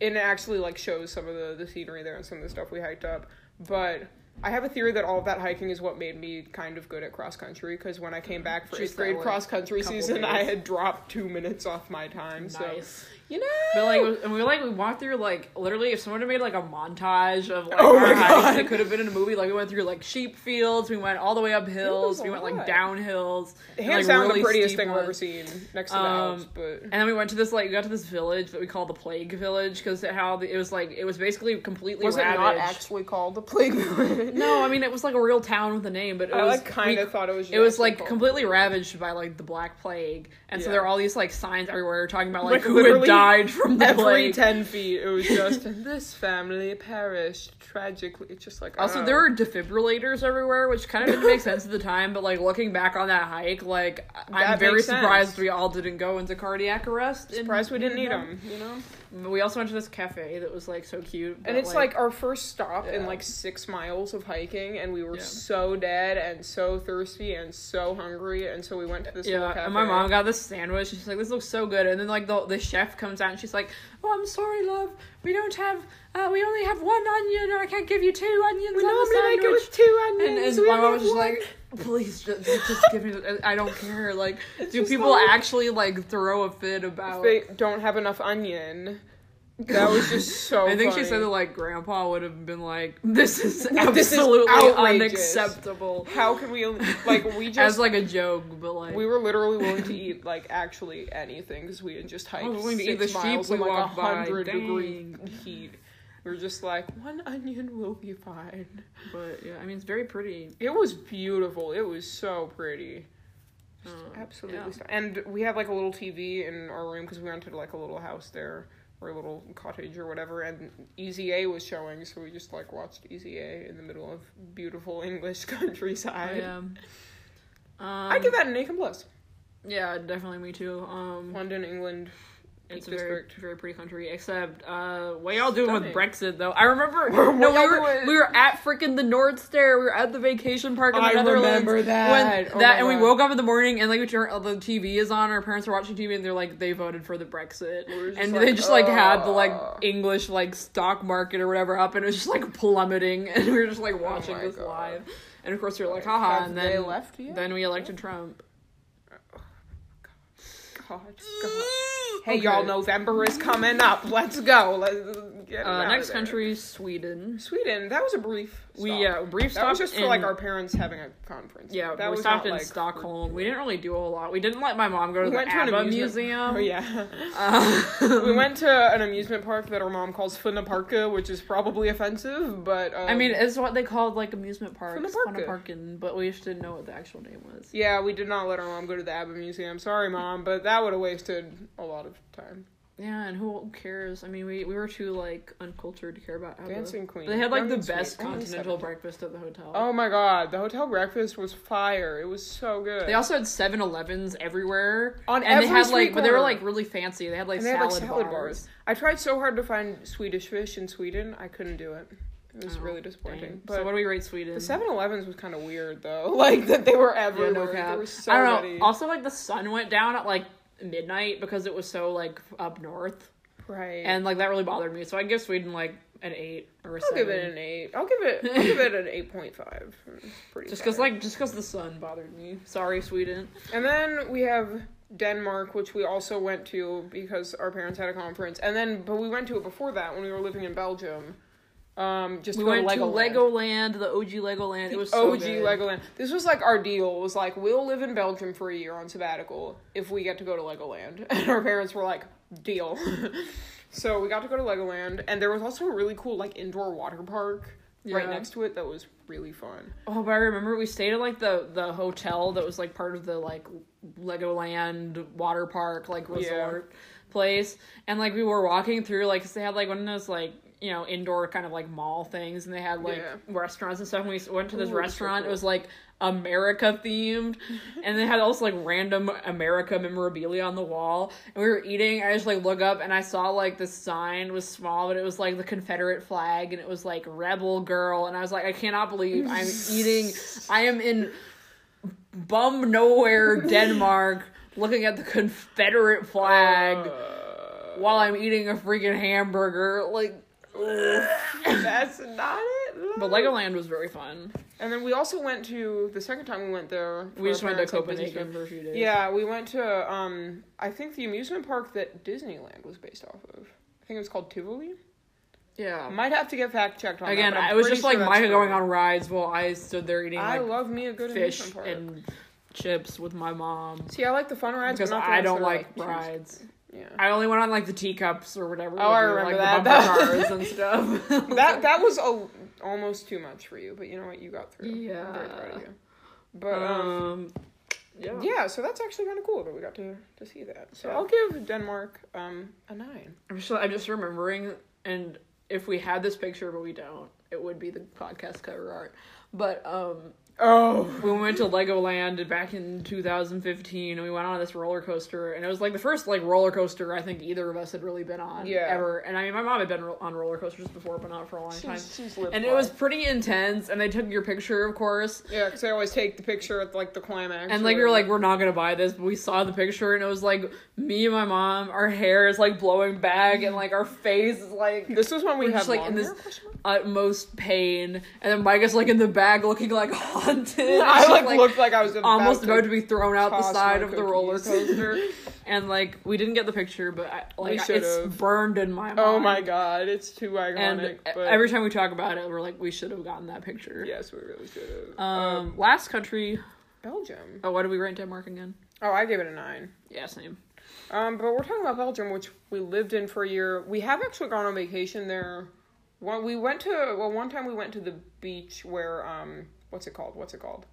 Speaker 1: and it actually, like, shows some of the, the scenery there and some of the stuff we hiked up. But I have a theory that all of that hiking is what made me kind of good at cross country, because when I came back for
Speaker 2: Just
Speaker 1: eighth
Speaker 2: that,
Speaker 1: grade
Speaker 2: like,
Speaker 1: cross country
Speaker 2: couple
Speaker 1: season, I
Speaker 2: days.
Speaker 1: had dropped two minutes off my time. So,
Speaker 2: Nice.
Speaker 1: you know!
Speaker 2: But like, it was- and we like we walked through like literally, if someone had made like a montage of like
Speaker 1: Oh
Speaker 2: our
Speaker 1: my
Speaker 2: hikes,
Speaker 1: God.
Speaker 2: it could have been in a movie. Like we went through like sheep fields, we went all the way up hills,
Speaker 1: was a
Speaker 2: we went like
Speaker 1: lot.
Speaker 2: down hills, and,
Speaker 1: Hands
Speaker 2: like,
Speaker 1: down,
Speaker 2: really
Speaker 1: the prettiest
Speaker 2: steep
Speaker 1: thing I've ever
Speaker 2: ones.
Speaker 1: seen next to the
Speaker 2: Um,
Speaker 1: Alps, but.
Speaker 2: And then we went to this like we got to this village that we call the Plague Village because how the, it was like it was basically completely
Speaker 1: Was it
Speaker 2: ravaged.
Speaker 1: not actually called the Plague Village?
Speaker 2: no, I mean it was like a real town with a name, but it
Speaker 1: I
Speaker 2: was
Speaker 1: like
Speaker 2: we-
Speaker 1: kind of thought it was.
Speaker 2: It was
Speaker 1: actually
Speaker 2: like
Speaker 1: called-
Speaker 2: completely ravaged by like the Black Plague, and so
Speaker 1: Yeah.
Speaker 2: there are all these like signs everywhere talking about like,
Speaker 1: Like,
Speaker 2: who had
Speaker 1: literally
Speaker 2: died from the
Speaker 1: every
Speaker 2: plague.
Speaker 1: ten feet. It was just this family perished tragically. It's just like
Speaker 2: also,
Speaker 1: oh.
Speaker 2: there were defibrillators everywhere, which kind of didn't make sense at the time. But like looking back on that hike, like I'm
Speaker 1: That
Speaker 2: very
Speaker 1: makes sense.
Speaker 2: surprised we all didn't go into cardiac arrest. in-
Speaker 1: surprised we didn't
Speaker 2: in
Speaker 1: need
Speaker 2: them.
Speaker 1: them. You know,
Speaker 2: But we also went to this cafe that was like so cute, but,
Speaker 1: and it's like, our first stop
Speaker 2: Yeah.
Speaker 1: in like six miles of hiking, and we were
Speaker 2: Yeah.
Speaker 1: so dead and so thirsty and so hungry, and so we went to this. little
Speaker 2: Yeah, and
Speaker 1: cafe.
Speaker 2: my mom got this sandwich. She's like, "This looks so good." And then like the the chef comes out and she's like, "Oh, I'm sorry, love. We don't have. Uh, we only have one onion, and I can't give you two onions
Speaker 1: We
Speaker 2: on the
Speaker 1: normally
Speaker 2: sandwich."
Speaker 1: make it with two
Speaker 2: and,
Speaker 1: onions.
Speaker 2: and
Speaker 1: we
Speaker 2: my mom
Speaker 1: only
Speaker 2: was
Speaker 1: have
Speaker 2: just
Speaker 1: one.
Speaker 2: like, "Please, just, just give me. I don't care. Like, do
Speaker 1: just
Speaker 2: people
Speaker 1: like-
Speaker 2: actually like throw a fit about?"
Speaker 1: they don't have enough onion. That was just so.
Speaker 2: I think she
Speaker 1: funny.
Speaker 2: said that like grandpa would have been like, "This is absolutely
Speaker 1: This is outrageous."
Speaker 2: unacceptable."
Speaker 1: How can we only like we just
Speaker 2: As like a joke, but like
Speaker 1: We were literally willing to eat like actually anything because we had just hiked
Speaker 2: I was willing to eat
Speaker 1: six
Speaker 2: the sheep
Speaker 1: miles
Speaker 2: we
Speaker 1: in like a
Speaker 2: walked by,
Speaker 1: hundred degree
Speaker 2: dang.
Speaker 1: heat. We were just like one onion will be fine.
Speaker 2: but yeah, I mean it's very pretty.
Speaker 1: It was beautiful. It was so pretty.
Speaker 2: Um,
Speaker 1: Absolutely.
Speaker 2: yeah.
Speaker 1: stunning. And we had like a little TV in our room because we rented like a little house there. or little cottage or whatever, and Easy A was showing, so we just like watched Easy A in the middle of beautiful English countryside.
Speaker 2: yeah. Um,
Speaker 1: I give that an A plus.
Speaker 2: Yeah, definitely me too. Um,
Speaker 1: London, England, Peak
Speaker 2: it's a very,
Speaker 1: district.
Speaker 2: very pretty country. Except, uh, what y'all doing with
Speaker 1: Stunning.
Speaker 2: Brexit though? I remember. no, we
Speaker 1: y'all
Speaker 2: were
Speaker 1: doing?
Speaker 2: we were at freaking the Nord Stair. We were at the vacation park in the
Speaker 1: I
Speaker 2: Netherlands.
Speaker 1: remember that.
Speaker 2: When
Speaker 1: Oh
Speaker 2: that
Speaker 1: my
Speaker 2: and we
Speaker 1: God.
Speaker 2: woke up in the morning and like we turned all the TV is on. Our parents were watching TV and they're like they voted for the Brexit
Speaker 1: We were just
Speaker 2: and
Speaker 1: like,
Speaker 2: they just like had the like
Speaker 1: "Ugh."
Speaker 2: English like stock market or whatever up and it was just like plummeting and we were just like watching
Speaker 1: Oh my
Speaker 2: this
Speaker 1: God.
Speaker 2: live. And of course we were like haha
Speaker 1: Have
Speaker 2: and
Speaker 1: they
Speaker 2: then
Speaker 1: left yet?
Speaker 2: then we elected Trump.
Speaker 1: God, God. Hey,
Speaker 2: Mm, Okay.
Speaker 1: y'all, November is coming up. Let's go. Let's get it out
Speaker 2: Uh,
Speaker 1: of
Speaker 2: next
Speaker 1: there.
Speaker 2: country, Sweden.
Speaker 1: Sweden. That was a brief. Stop.
Speaker 2: We yeah, brief
Speaker 1: That
Speaker 2: stop
Speaker 1: was just for
Speaker 2: in-
Speaker 1: like our parents having a conference.
Speaker 2: yeah.
Speaker 1: that
Speaker 2: we
Speaker 1: was
Speaker 2: stopped
Speaker 1: not,
Speaker 2: in
Speaker 1: like, for-
Speaker 2: Stockholm. We didn't really do a whole lot. We didn't let my mom go to
Speaker 1: We
Speaker 2: the
Speaker 1: went to an
Speaker 2: ABBA
Speaker 1: amusement.
Speaker 2: museum.
Speaker 1: Oh, yeah.
Speaker 2: Uh,
Speaker 1: we went to an amusement park that our mom calls Funnaparka, which is probably offensive, but um,
Speaker 2: I mean, it's what they called like amusement parks,
Speaker 1: Funnaparka.
Speaker 2: Funnaparkin, but we just didn't know what the actual name was.
Speaker 1: yeah, we did not let our mom go to the ABBA museum. Sorry, mom, but that would have wasted a lot of time.
Speaker 2: Yeah, and who cares? I mean, we, we were too like uncultured to care about ABBA.
Speaker 1: Dancing Queen.
Speaker 2: They had like the
Speaker 1: Dancing
Speaker 2: best
Speaker 1: Queen. Only
Speaker 2: continental
Speaker 1: seven.
Speaker 2: breakfast at the hotel.
Speaker 1: Oh my god, the hotel breakfast was fire. It was so good.
Speaker 2: They also had 7-Elevens everywhere.
Speaker 1: On
Speaker 2: and they
Speaker 1: every
Speaker 2: had
Speaker 1: street
Speaker 2: like but they were
Speaker 1: corner.
Speaker 2: like really fancy. They had like,
Speaker 1: and they had
Speaker 2: salad,
Speaker 1: like salad bars.
Speaker 2: bars.
Speaker 1: I tried so hard to find Swedish fish in Sweden. I couldn't do it. It was
Speaker 2: Oh,
Speaker 1: really
Speaker 2: Dang.
Speaker 1: disappointing.
Speaker 2: so
Speaker 1: But
Speaker 2: what do we rate Sweden?
Speaker 1: the 7-Elevens was kind of weird though. Like that they were
Speaker 2: Yeah,
Speaker 1: everywhere.
Speaker 2: no
Speaker 1: They
Speaker 2: cap.
Speaker 1: were so
Speaker 2: I don't
Speaker 1: many.
Speaker 2: know. Also, like the sun went down at like midnight because it was so like up north,
Speaker 1: Right.
Speaker 2: and like that really bothered me. So I give Sweden like an eight or a
Speaker 1: I'll
Speaker 2: seven.
Speaker 1: give it an eight. I'll give it. I'll give it an eight point five. Pretty.
Speaker 2: Just because
Speaker 1: solid.
Speaker 2: like just because the sun bothered me. Sorry, Sweden.
Speaker 1: And then we have Denmark, which we also went to because our parents had a conference. And then, but we went to it before that when we were living in Belgium. Um, just
Speaker 2: We
Speaker 1: to go
Speaker 2: went
Speaker 1: to
Speaker 2: to
Speaker 1: Legoland.
Speaker 2: Legoland, the OG Legoland. It was so
Speaker 1: OG
Speaker 2: good.
Speaker 1: Legoland. This was like our deal. It was like we'll live in Belgium for a year on sabbatical if we get to go to Legoland. And our parents were like, deal. so we got to go to Legoland, and there was also a really cool like indoor water park right
Speaker 2: Yeah.
Speaker 1: next to it that was really fun.
Speaker 2: Oh, but I remember we stayed at like the the hotel that was like part of the like Legoland water park like resort place, and like we were walking through like 'cause they had like one of those like you know indoor kind of like mall things, and they had like
Speaker 1: Yeah.
Speaker 2: restaurants and stuff. And we s- went to this
Speaker 1: Ooh, that's so
Speaker 2: restaurant. It
Speaker 1: cool.
Speaker 2: was like America themed, and they had all this like random America memorabilia on the wall. And we were eating. I just like look up and I saw like the sign was small, but it was like the Confederate flag, and it was like Rebel Girl. And I was like, I cannot believe I'm eating. I am in bum nowhere Denmark, looking at the Confederate flag
Speaker 1: Uh.
Speaker 2: while I'm eating a freaking hamburger. Like,
Speaker 1: That's not it.
Speaker 2: but Legoland was very fun.
Speaker 1: And then we also went to the second time we went there. for
Speaker 2: We just
Speaker 1: our
Speaker 2: went to
Speaker 1: parents' business
Speaker 2: Copenhagen
Speaker 1: trip.
Speaker 2: for a few days.
Speaker 1: Yeah, we went to um I think the amusement park that Disneyland was based off of. I think it was called Tivoli. I
Speaker 2: yeah.
Speaker 1: might have to get fact checked on
Speaker 2: Again,
Speaker 1: that. but I'm
Speaker 2: I was
Speaker 1: pretty
Speaker 2: just
Speaker 1: sure
Speaker 2: like
Speaker 1: that's
Speaker 2: Micah
Speaker 1: true.
Speaker 2: going on rides while I stood there eating
Speaker 1: I
Speaker 2: like
Speaker 1: love me a good
Speaker 2: fish
Speaker 1: amusement park.
Speaker 2: and chips with my mom
Speaker 1: See, I like the fun rides
Speaker 2: because
Speaker 1: but not the
Speaker 2: I
Speaker 1: ones
Speaker 2: don't
Speaker 1: that are,
Speaker 2: like
Speaker 1: cheese-
Speaker 2: rides.
Speaker 1: Yeah.
Speaker 2: I only went on like the teacups or whatever.
Speaker 1: Oh, I
Speaker 2: with your,
Speaker 1: remember
Speaker 2: like,
Speaker 1: that.
Speaker 2: The bumper cars and stuff.
Speaker 1: that that was a, almost too much for you, but you know what? You got through. I'm very proud of
Speaker 2: yeah.
Speaker 1: you. But um,
Speaker 2: Um. Yeah.
Speaker 1: yeah, so that's actually kind of cool that we got to to see that. So
Speaker 2: Yeah.
Speaker 1: I'll give Denmark um a 9.
Speaker 2: I'm just, I'm just remembering, and if we had this picture, but we don't, it would be the podcast cover art. But um,
Speaker 1: Oh.
Speaker 2: we went to Legoland back in 2015, and we went on this roller coaster, and it was like the first like roller coaster I think either of us had really been on
Speaker 1: Yeah.
Speaker 2: ever. And I mean, my mom had been ro- on roller coasters before, but not for a long time.
Speaker 1: She's, she's lived
Speaker 2: And it
Speaker 1: life.
Speaker 2: was pretty intense, and they took your picture, of course.
Speaker 1: Yeah, because I always take the picture at like the climax.
Speaker 2: And like we were like, we're not gonna buy this, but we saw the picture and it was like me and my mom, our hair is like blowing back and like our face is like
Speaker 1: this was when we
Speaker 2: we're
Speaker 1: had
Speaker 2: just, like,
Speaker 1: long
Speaker 2: in this-
Speaker 1: hair, question mark?
Speaker 2: utmost pain. And then Micah's like in the bag looking like haunted.
Speaker 1: I
Speaker 2: She's,
Speaker 1: like, looked like I was about
Speaker 2: almost
Speaker 1: to-
Speaker 2: about to be thrown out the
Speaker 1: toss
Speaker 2: side
Speaker 1: my
Speaker 2: of the roller
Speaker 1: cookies.
Speaker 2: coaster. and like we didn't get the picture, but I,
Speaker 1: We
Speaker 2: like it's
Speaker 1: should've.
Speaker 2: burned in my mind.
Speaker 1: Oh my god, it's too
Speaker 2: And e,
Speaker 1: iconic. but
Speaker 2: every time we talk about it, we're like, we should have gotten that picture.
Speaker 1: yes, we really should have.
Speaker 2: Um, last country.
Speaker 1: Belgium.
Speaker 2: Oh, why did we rank Denmark again?
Speaker 1: Oh, I gave it a nine.
Speaker 2: Yeah, same.
Speaker 1: Um, but we're talking about Belgium, which we lived in for a year. We have actually gone on vacation there. One we went to well, one time we went to the beach where um, what's it called? What's it called?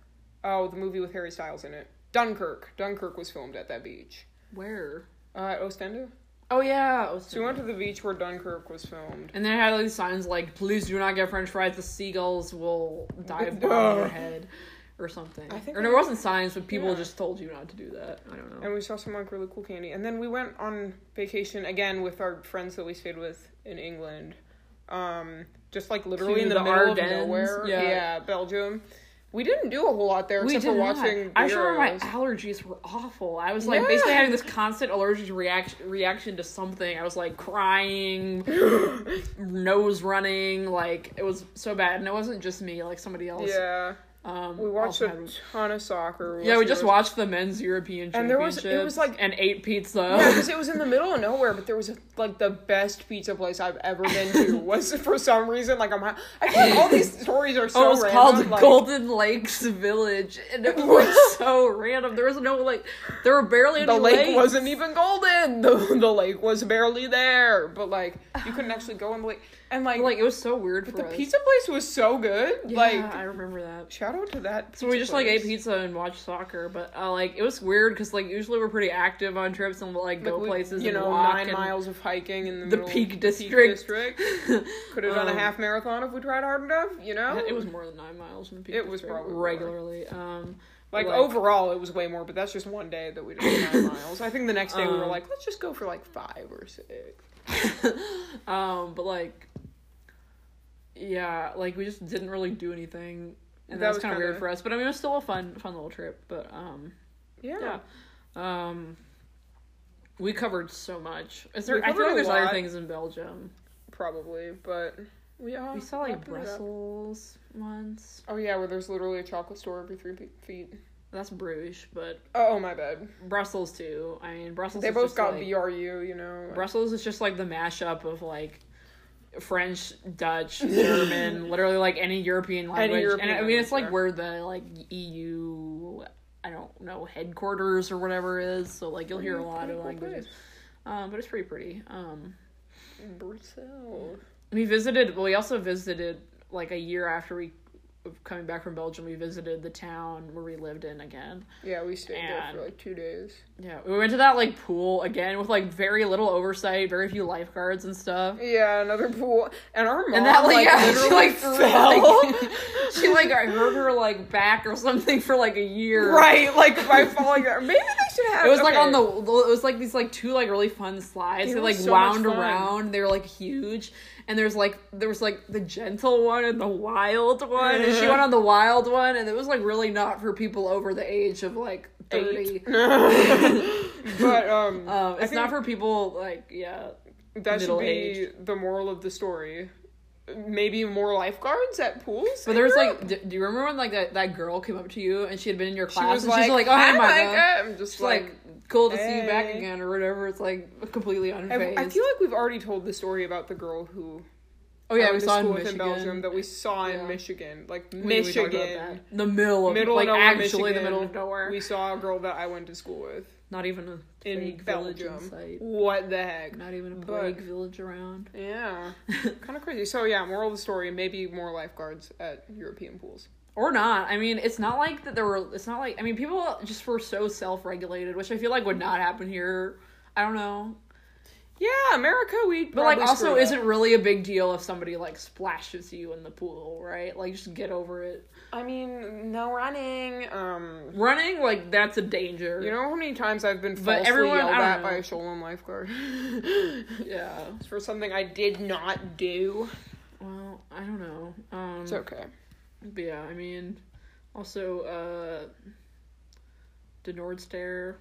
Speaker 1: Oh, the movie with Harry Styles in it. Dunkirk. Dunkirk was filmed at that beach.
Speaker 2: Where?
Speaker 1: Uh, at Ostende.
Speaker 2: Oh yeah. Oh,
Speaker 1: So we went to the beach where Dunkirk was filmed.
Speaker 2: and then it had all these signs like, "Please do not get French fries. The seagulls will dive
Speaker 1: Ugh.
Speaker 2: bomb your head," or something.
Speaker 1: I think
Speaker 2: Or
Speaker 1: I-
Speaker 2: there wasn't signs, but people
Speaker 1: Yeah.
Speaker 2: just told you not to do that. I don't know.
Speaker 1: And we saw some like really cool candy. And then we went on vacation again with our friends that we stayed with in England. Um, just like literally
Speaker 2: To
Speaker 1: in the,
Speaker 2: the
Speaker 1: middle of
Speaker 2: Ardennes,
Speaker 1: nowhere. Yeah.
Speaker 2: yeah.
Speaker 1: Belgium. We didn't do a whole lot there
Speaker 2: We
Speaker 1: except
Speaker 2: did
Speaker 1: for
Speaker 2: not.
Speaker 1: watching.
Speaker 2: I sure remember my
Speaker 1: Euros.
Speaker 2: allergies were awful. I was like
Speaker 1: Yeah.
Speaker 2: basically having this constant allergic reaction reaction to something. I was like crying, nose running, like it was so bad. And it wasn't just me, like somebody else.
Speaker 1: Yeah,
Speaker 2: Um,
Speaker 1: we watched
Speaker 2: also
Speaker 1: a
Speaker 2: had-
Speaker 1: ton of soccer.
Speaker 2: Yeah, we
Speaker 1: watched
Speaker 2: just
Speaker 1: Euros.
Speaker 2: watched the men's European Championships.
Speaker 1: And there was- it was, like-
Speaker 2: and ate pizza.
Speaker 1: Yeah, because it was in the middle of nowhere, but there was like the best pizza place I've ever been to. Was for some reason like I'm. hi- I feel like all these stories are so.
Speaker 2: Oh, it was
Speaker 1: random,
Speaker 2: called
Speaker 1: like-
Speaker 2: Golden Lakes Village, and it was so random. There was no like, there were barely any
Speaker 1: The lake
Speaker 2: lakes.
Speaker 1: wasn't even golden. The, the lake was barely there, but like you couldn't actually go in the lake. And like,
Speaker 2: like it was so weird for
Speaker 1: the
Speaker 2: us.
Speaker 1: pizza place was so good.
Speaker 2: yeah, I
Speaker 1: like
Speaker 2: remember that.
Speaker 1: shout out to that. Pizza
Speaker 2: So we just like
Speaker 1: place.
Speaker 2: ate pizza and watched soccer, but uh, like it was weird because like usually we're pretty active on trips and we'll, like go
Speaker 1: Like, we-
Speaker 2: places
Speaker 1: You
Speaker 2: and
Speaker 1: know,
Speaker 2: walk
Speaker 1: nine
Speaker 2: and
Speaker 1: miles of hiking in the,
Speaker 2: the
Speaker 1: middle of
Speaker 2: Peak District.
Speaker 1: district. Could have done
Speaker 2: Um,
Speaker 1: a half marathon if we tried hard enough. You know,
Speaker 2: It was more than nine miles from the peak.
Speaker 1: Oh. It was
Speaker 2: District
Speaker 1: probably more.
Speaker 2: regularly. Um,
Speaker 1: like,
Speaker 2: like-
Speaker 1: overall it was way more, but that's just one day that we did nine miles. I think the next day we were
Speaker 2: Um,
Speaker 1: like, let's just go for like five or six.
Speaker 2: um, but like, yeah, like we just didn't really do anything, and
Speaker 1: That
Speaker 2: that was
Speaker 1: was
Speaker 2: kind of
Speaker 1: kinda-
Speaker 2: weird for us. But I mean, it was still a fun, fun little trip. But um,
Speaker 1: Yeah,
Speaker 2: yeah, um, we covered so much. Is
Speaker 1: We
Speaker 2: there? I
Speaker 1: covered
Speaker 2: feel
Speaker 1: a
Speaker 2: like there's
Speaker 1: lot.
Speaker 2: other things in Belgium.
Speaker 1: probably, but we all
Speaker 2: We saw like
Speaker 1: wrapped Oh, it up.
Speaker 2: Brussels once.
Speaker 1: Oh yeah, where there's literally a chocolate store every three pe- feet.
Speaker 2: That's Bruges, but
Speaker 1: Oh my bad.
Speaker 2: Brussels too. I mean, Brussels.
Speaker 1: They
Speaker 2: is
Speaker 1: both
Speaker 2: just,
Speaker 1: got
Speaker 2: like,
Speaker 1: BRU, you know. like-
Speaker 2: Brussels is just like the mashup of like French, Dutch, German, literally like any European language.
Speaker 1: European
Speaker 2: and I mean, it's like where
Speaker 1: language,
Speaker 2: the like EU, I don't know, headquarters or whatever is. So like
Speaker 1: Oh,
Speaker 2: you'll hear a lot of languages, um, but it's pretty pretty. Um,
Speaker 1: Brazil.
Speaker 2: we visited. Well, we also visited like a year after we of coming back from Belgium. We visited the town where we lived in again.
Speaker 1: Yeah, we stayed there
Speaker 2: And-
Speaker 1: for like two days.
Speaker 2: Yeah, we went to that like pool again with like very little oversight, very few lifeguards and stuff.
Speaker 1: Yeah, another pool, and our mom
Speaker 2: And that like,
Speaker 1: like,
Speaker 2: yeah, she
Speaker 1: literally
Speaker 2: like
Speaker 1: fell.
Speaker 2: fell. she like I hurt her like back or something for like a year.
Speaker 1: right, like by falling. There. Maybe they should have.
Speaker 2: It was like
Speaker 1: okay.
Speaker 2: on the it was like these like two like really fun slides.
Speaker 1: They
Speaker 2: They,
Speaker 1: were
Speaker 2: like
Speaker 1: so
Speaker 2: wound
Speaker 1: much fun.
Speaker 2: around. They were like huge. And there's like there was like the gentle one and the wild one. and she went on the wild one and it was like really not for people over the age of like thirty.
Speaker 1: But um,
Speaker 2: Um,
Speaker 1: I
Speaker 2: it's not
Speaker 1: think
Speaker 2: for people like yeah.
Speaker 1: that should
Speaker 2: middle
Speaker 1: be
Speaker 2: age.
Speaker 1: the moral of the story. Maybe more lifeguards at pools.
Speaker 2: But there was like, d- do you remember when like that, that girl came up to you and she had been in your
Speaker 1: she
Speaker 2: class
Speaker 1: was
Speaker 2: and
Speaker 1: like,
Speaker 2: she's like, oh hi,
Speaker 1: Micah.
Speaker 2: Micah.
Speaker 1: I'm just
Speaker 2: It's like cool to see you back
Speaker 1: hey.
Speaker 2: again or whatever. It's like completely
Speaker 1: I,
Speaker 2: unfazed.
Speaker 1: I feel like we've already told the story about the girl who
Speaker 2: oh yeah,
Speaker 1: I
Speaker 2: we
Speaker 1: went to
Speaker 2: saw it in
Speaker 1: school with
Speaker 2: Michigan.
Speaker 1: Belgium that we saw in
Speaker 2: Yeah.
Speaker 1: Michigan, like
Speaker 2: We- we talked about
Speaker 1: Michigan,
Speaker 2: that. the middle of
Speaker 1: middle
Speaker 2: like
Speaker 1: of nowhere,
Speaker 2: actually
Speaker 1: Michigan,
Speaker 2: the middle of nowhere.
Speaker 1: We saw a girl that I went to school with
Speaker 2: Not even a
Speaker 1: in
Speaker 2: plague village in
Speaker 1: Belgium.
Speaker 2: sight.
Speaker 1: What the heck?
Speaker 2: Not even a
Speaker 1: But-
Speaker 2: plague village around.
Speaker 1: Yeah, kind of crazy. So yeah, moral of the story: maybe more lifeguards at European pools.
Speaker 2: Or not. I mean, it's not like that there were. It's not like I mean, people just were so self-regulated, which I feel like would not happen here. I don't know.
Speaker 1: Yeah, America, we.
Speaker 2: But like, also, is it really a big deal if somebody like splashes you in the pool, right? Like, just get over it.
Speaker 1: I mean, no running. Um,
Speaker 2: Running, like, that's a danger.
Speaker 1: you know how many times I've been falsely
Speaker 2: But everyone-
Speaker 1: yelled
Speaker 2: I don't
Speaker 1: at
Speaker 2: know.
Speaker 1: by a Sholem lifeguard
Speaker 2: Yeah.
Speaker 1: for something I did not do.
Speaker 2: Well, I don't know. Um,
Speaker 1: It's okay.
Speaker 2: but yeah, I mean, also, uh, the Nordstair,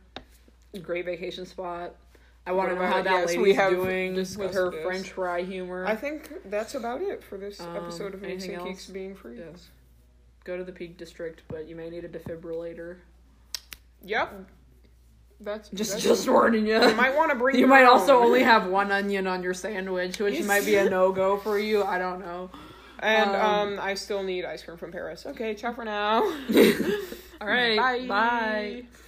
Speaker 2: great vacation spot. I want to know
Speaker 1: about
Speaker 2: how
Speaker 1: it?
Speaker 2: that
Speaker 1: Yes,
Speaker 2: lady's
Speaker 1: we have
Speaker 2: doing with
Speaker 1: discussed
Speaker 2: her
Speaker 1: this.
Speaker 2: French fry humor.
Speaker 1: I think that's about it for this
Speaker 2: Um,
Speaker 1: episode of Meeks
Speaker 2: anything
Speaker 1: and
Speaker 2: else?
Speaker 1: Geeks being free.
Speaker 2: Yes. Go to the Peak District, but you may need a defibrillator.
Speaker 1: Yep. That's
Speaker 2: Just,
Speaker 1: that's-
Speaker 2: just warning you.
Speaker 1: You might want to bring.
Speaker 2: You
Speaker 1: your
Speaker 2: might
Speaker 1: own.
Speaker 2: also only have one onion on your sandwich, which
Speaker 1: Yes.
Speaker 2: might be a no go for you. I don't know.
Speaker 1: And um,
Speaker 2: um,
Speaker 1: I still need ice cream from Paris. Okay, ciao for now.
Speaker 2: All right.
Speaker 1: Bye.
Speaker 2: Bye.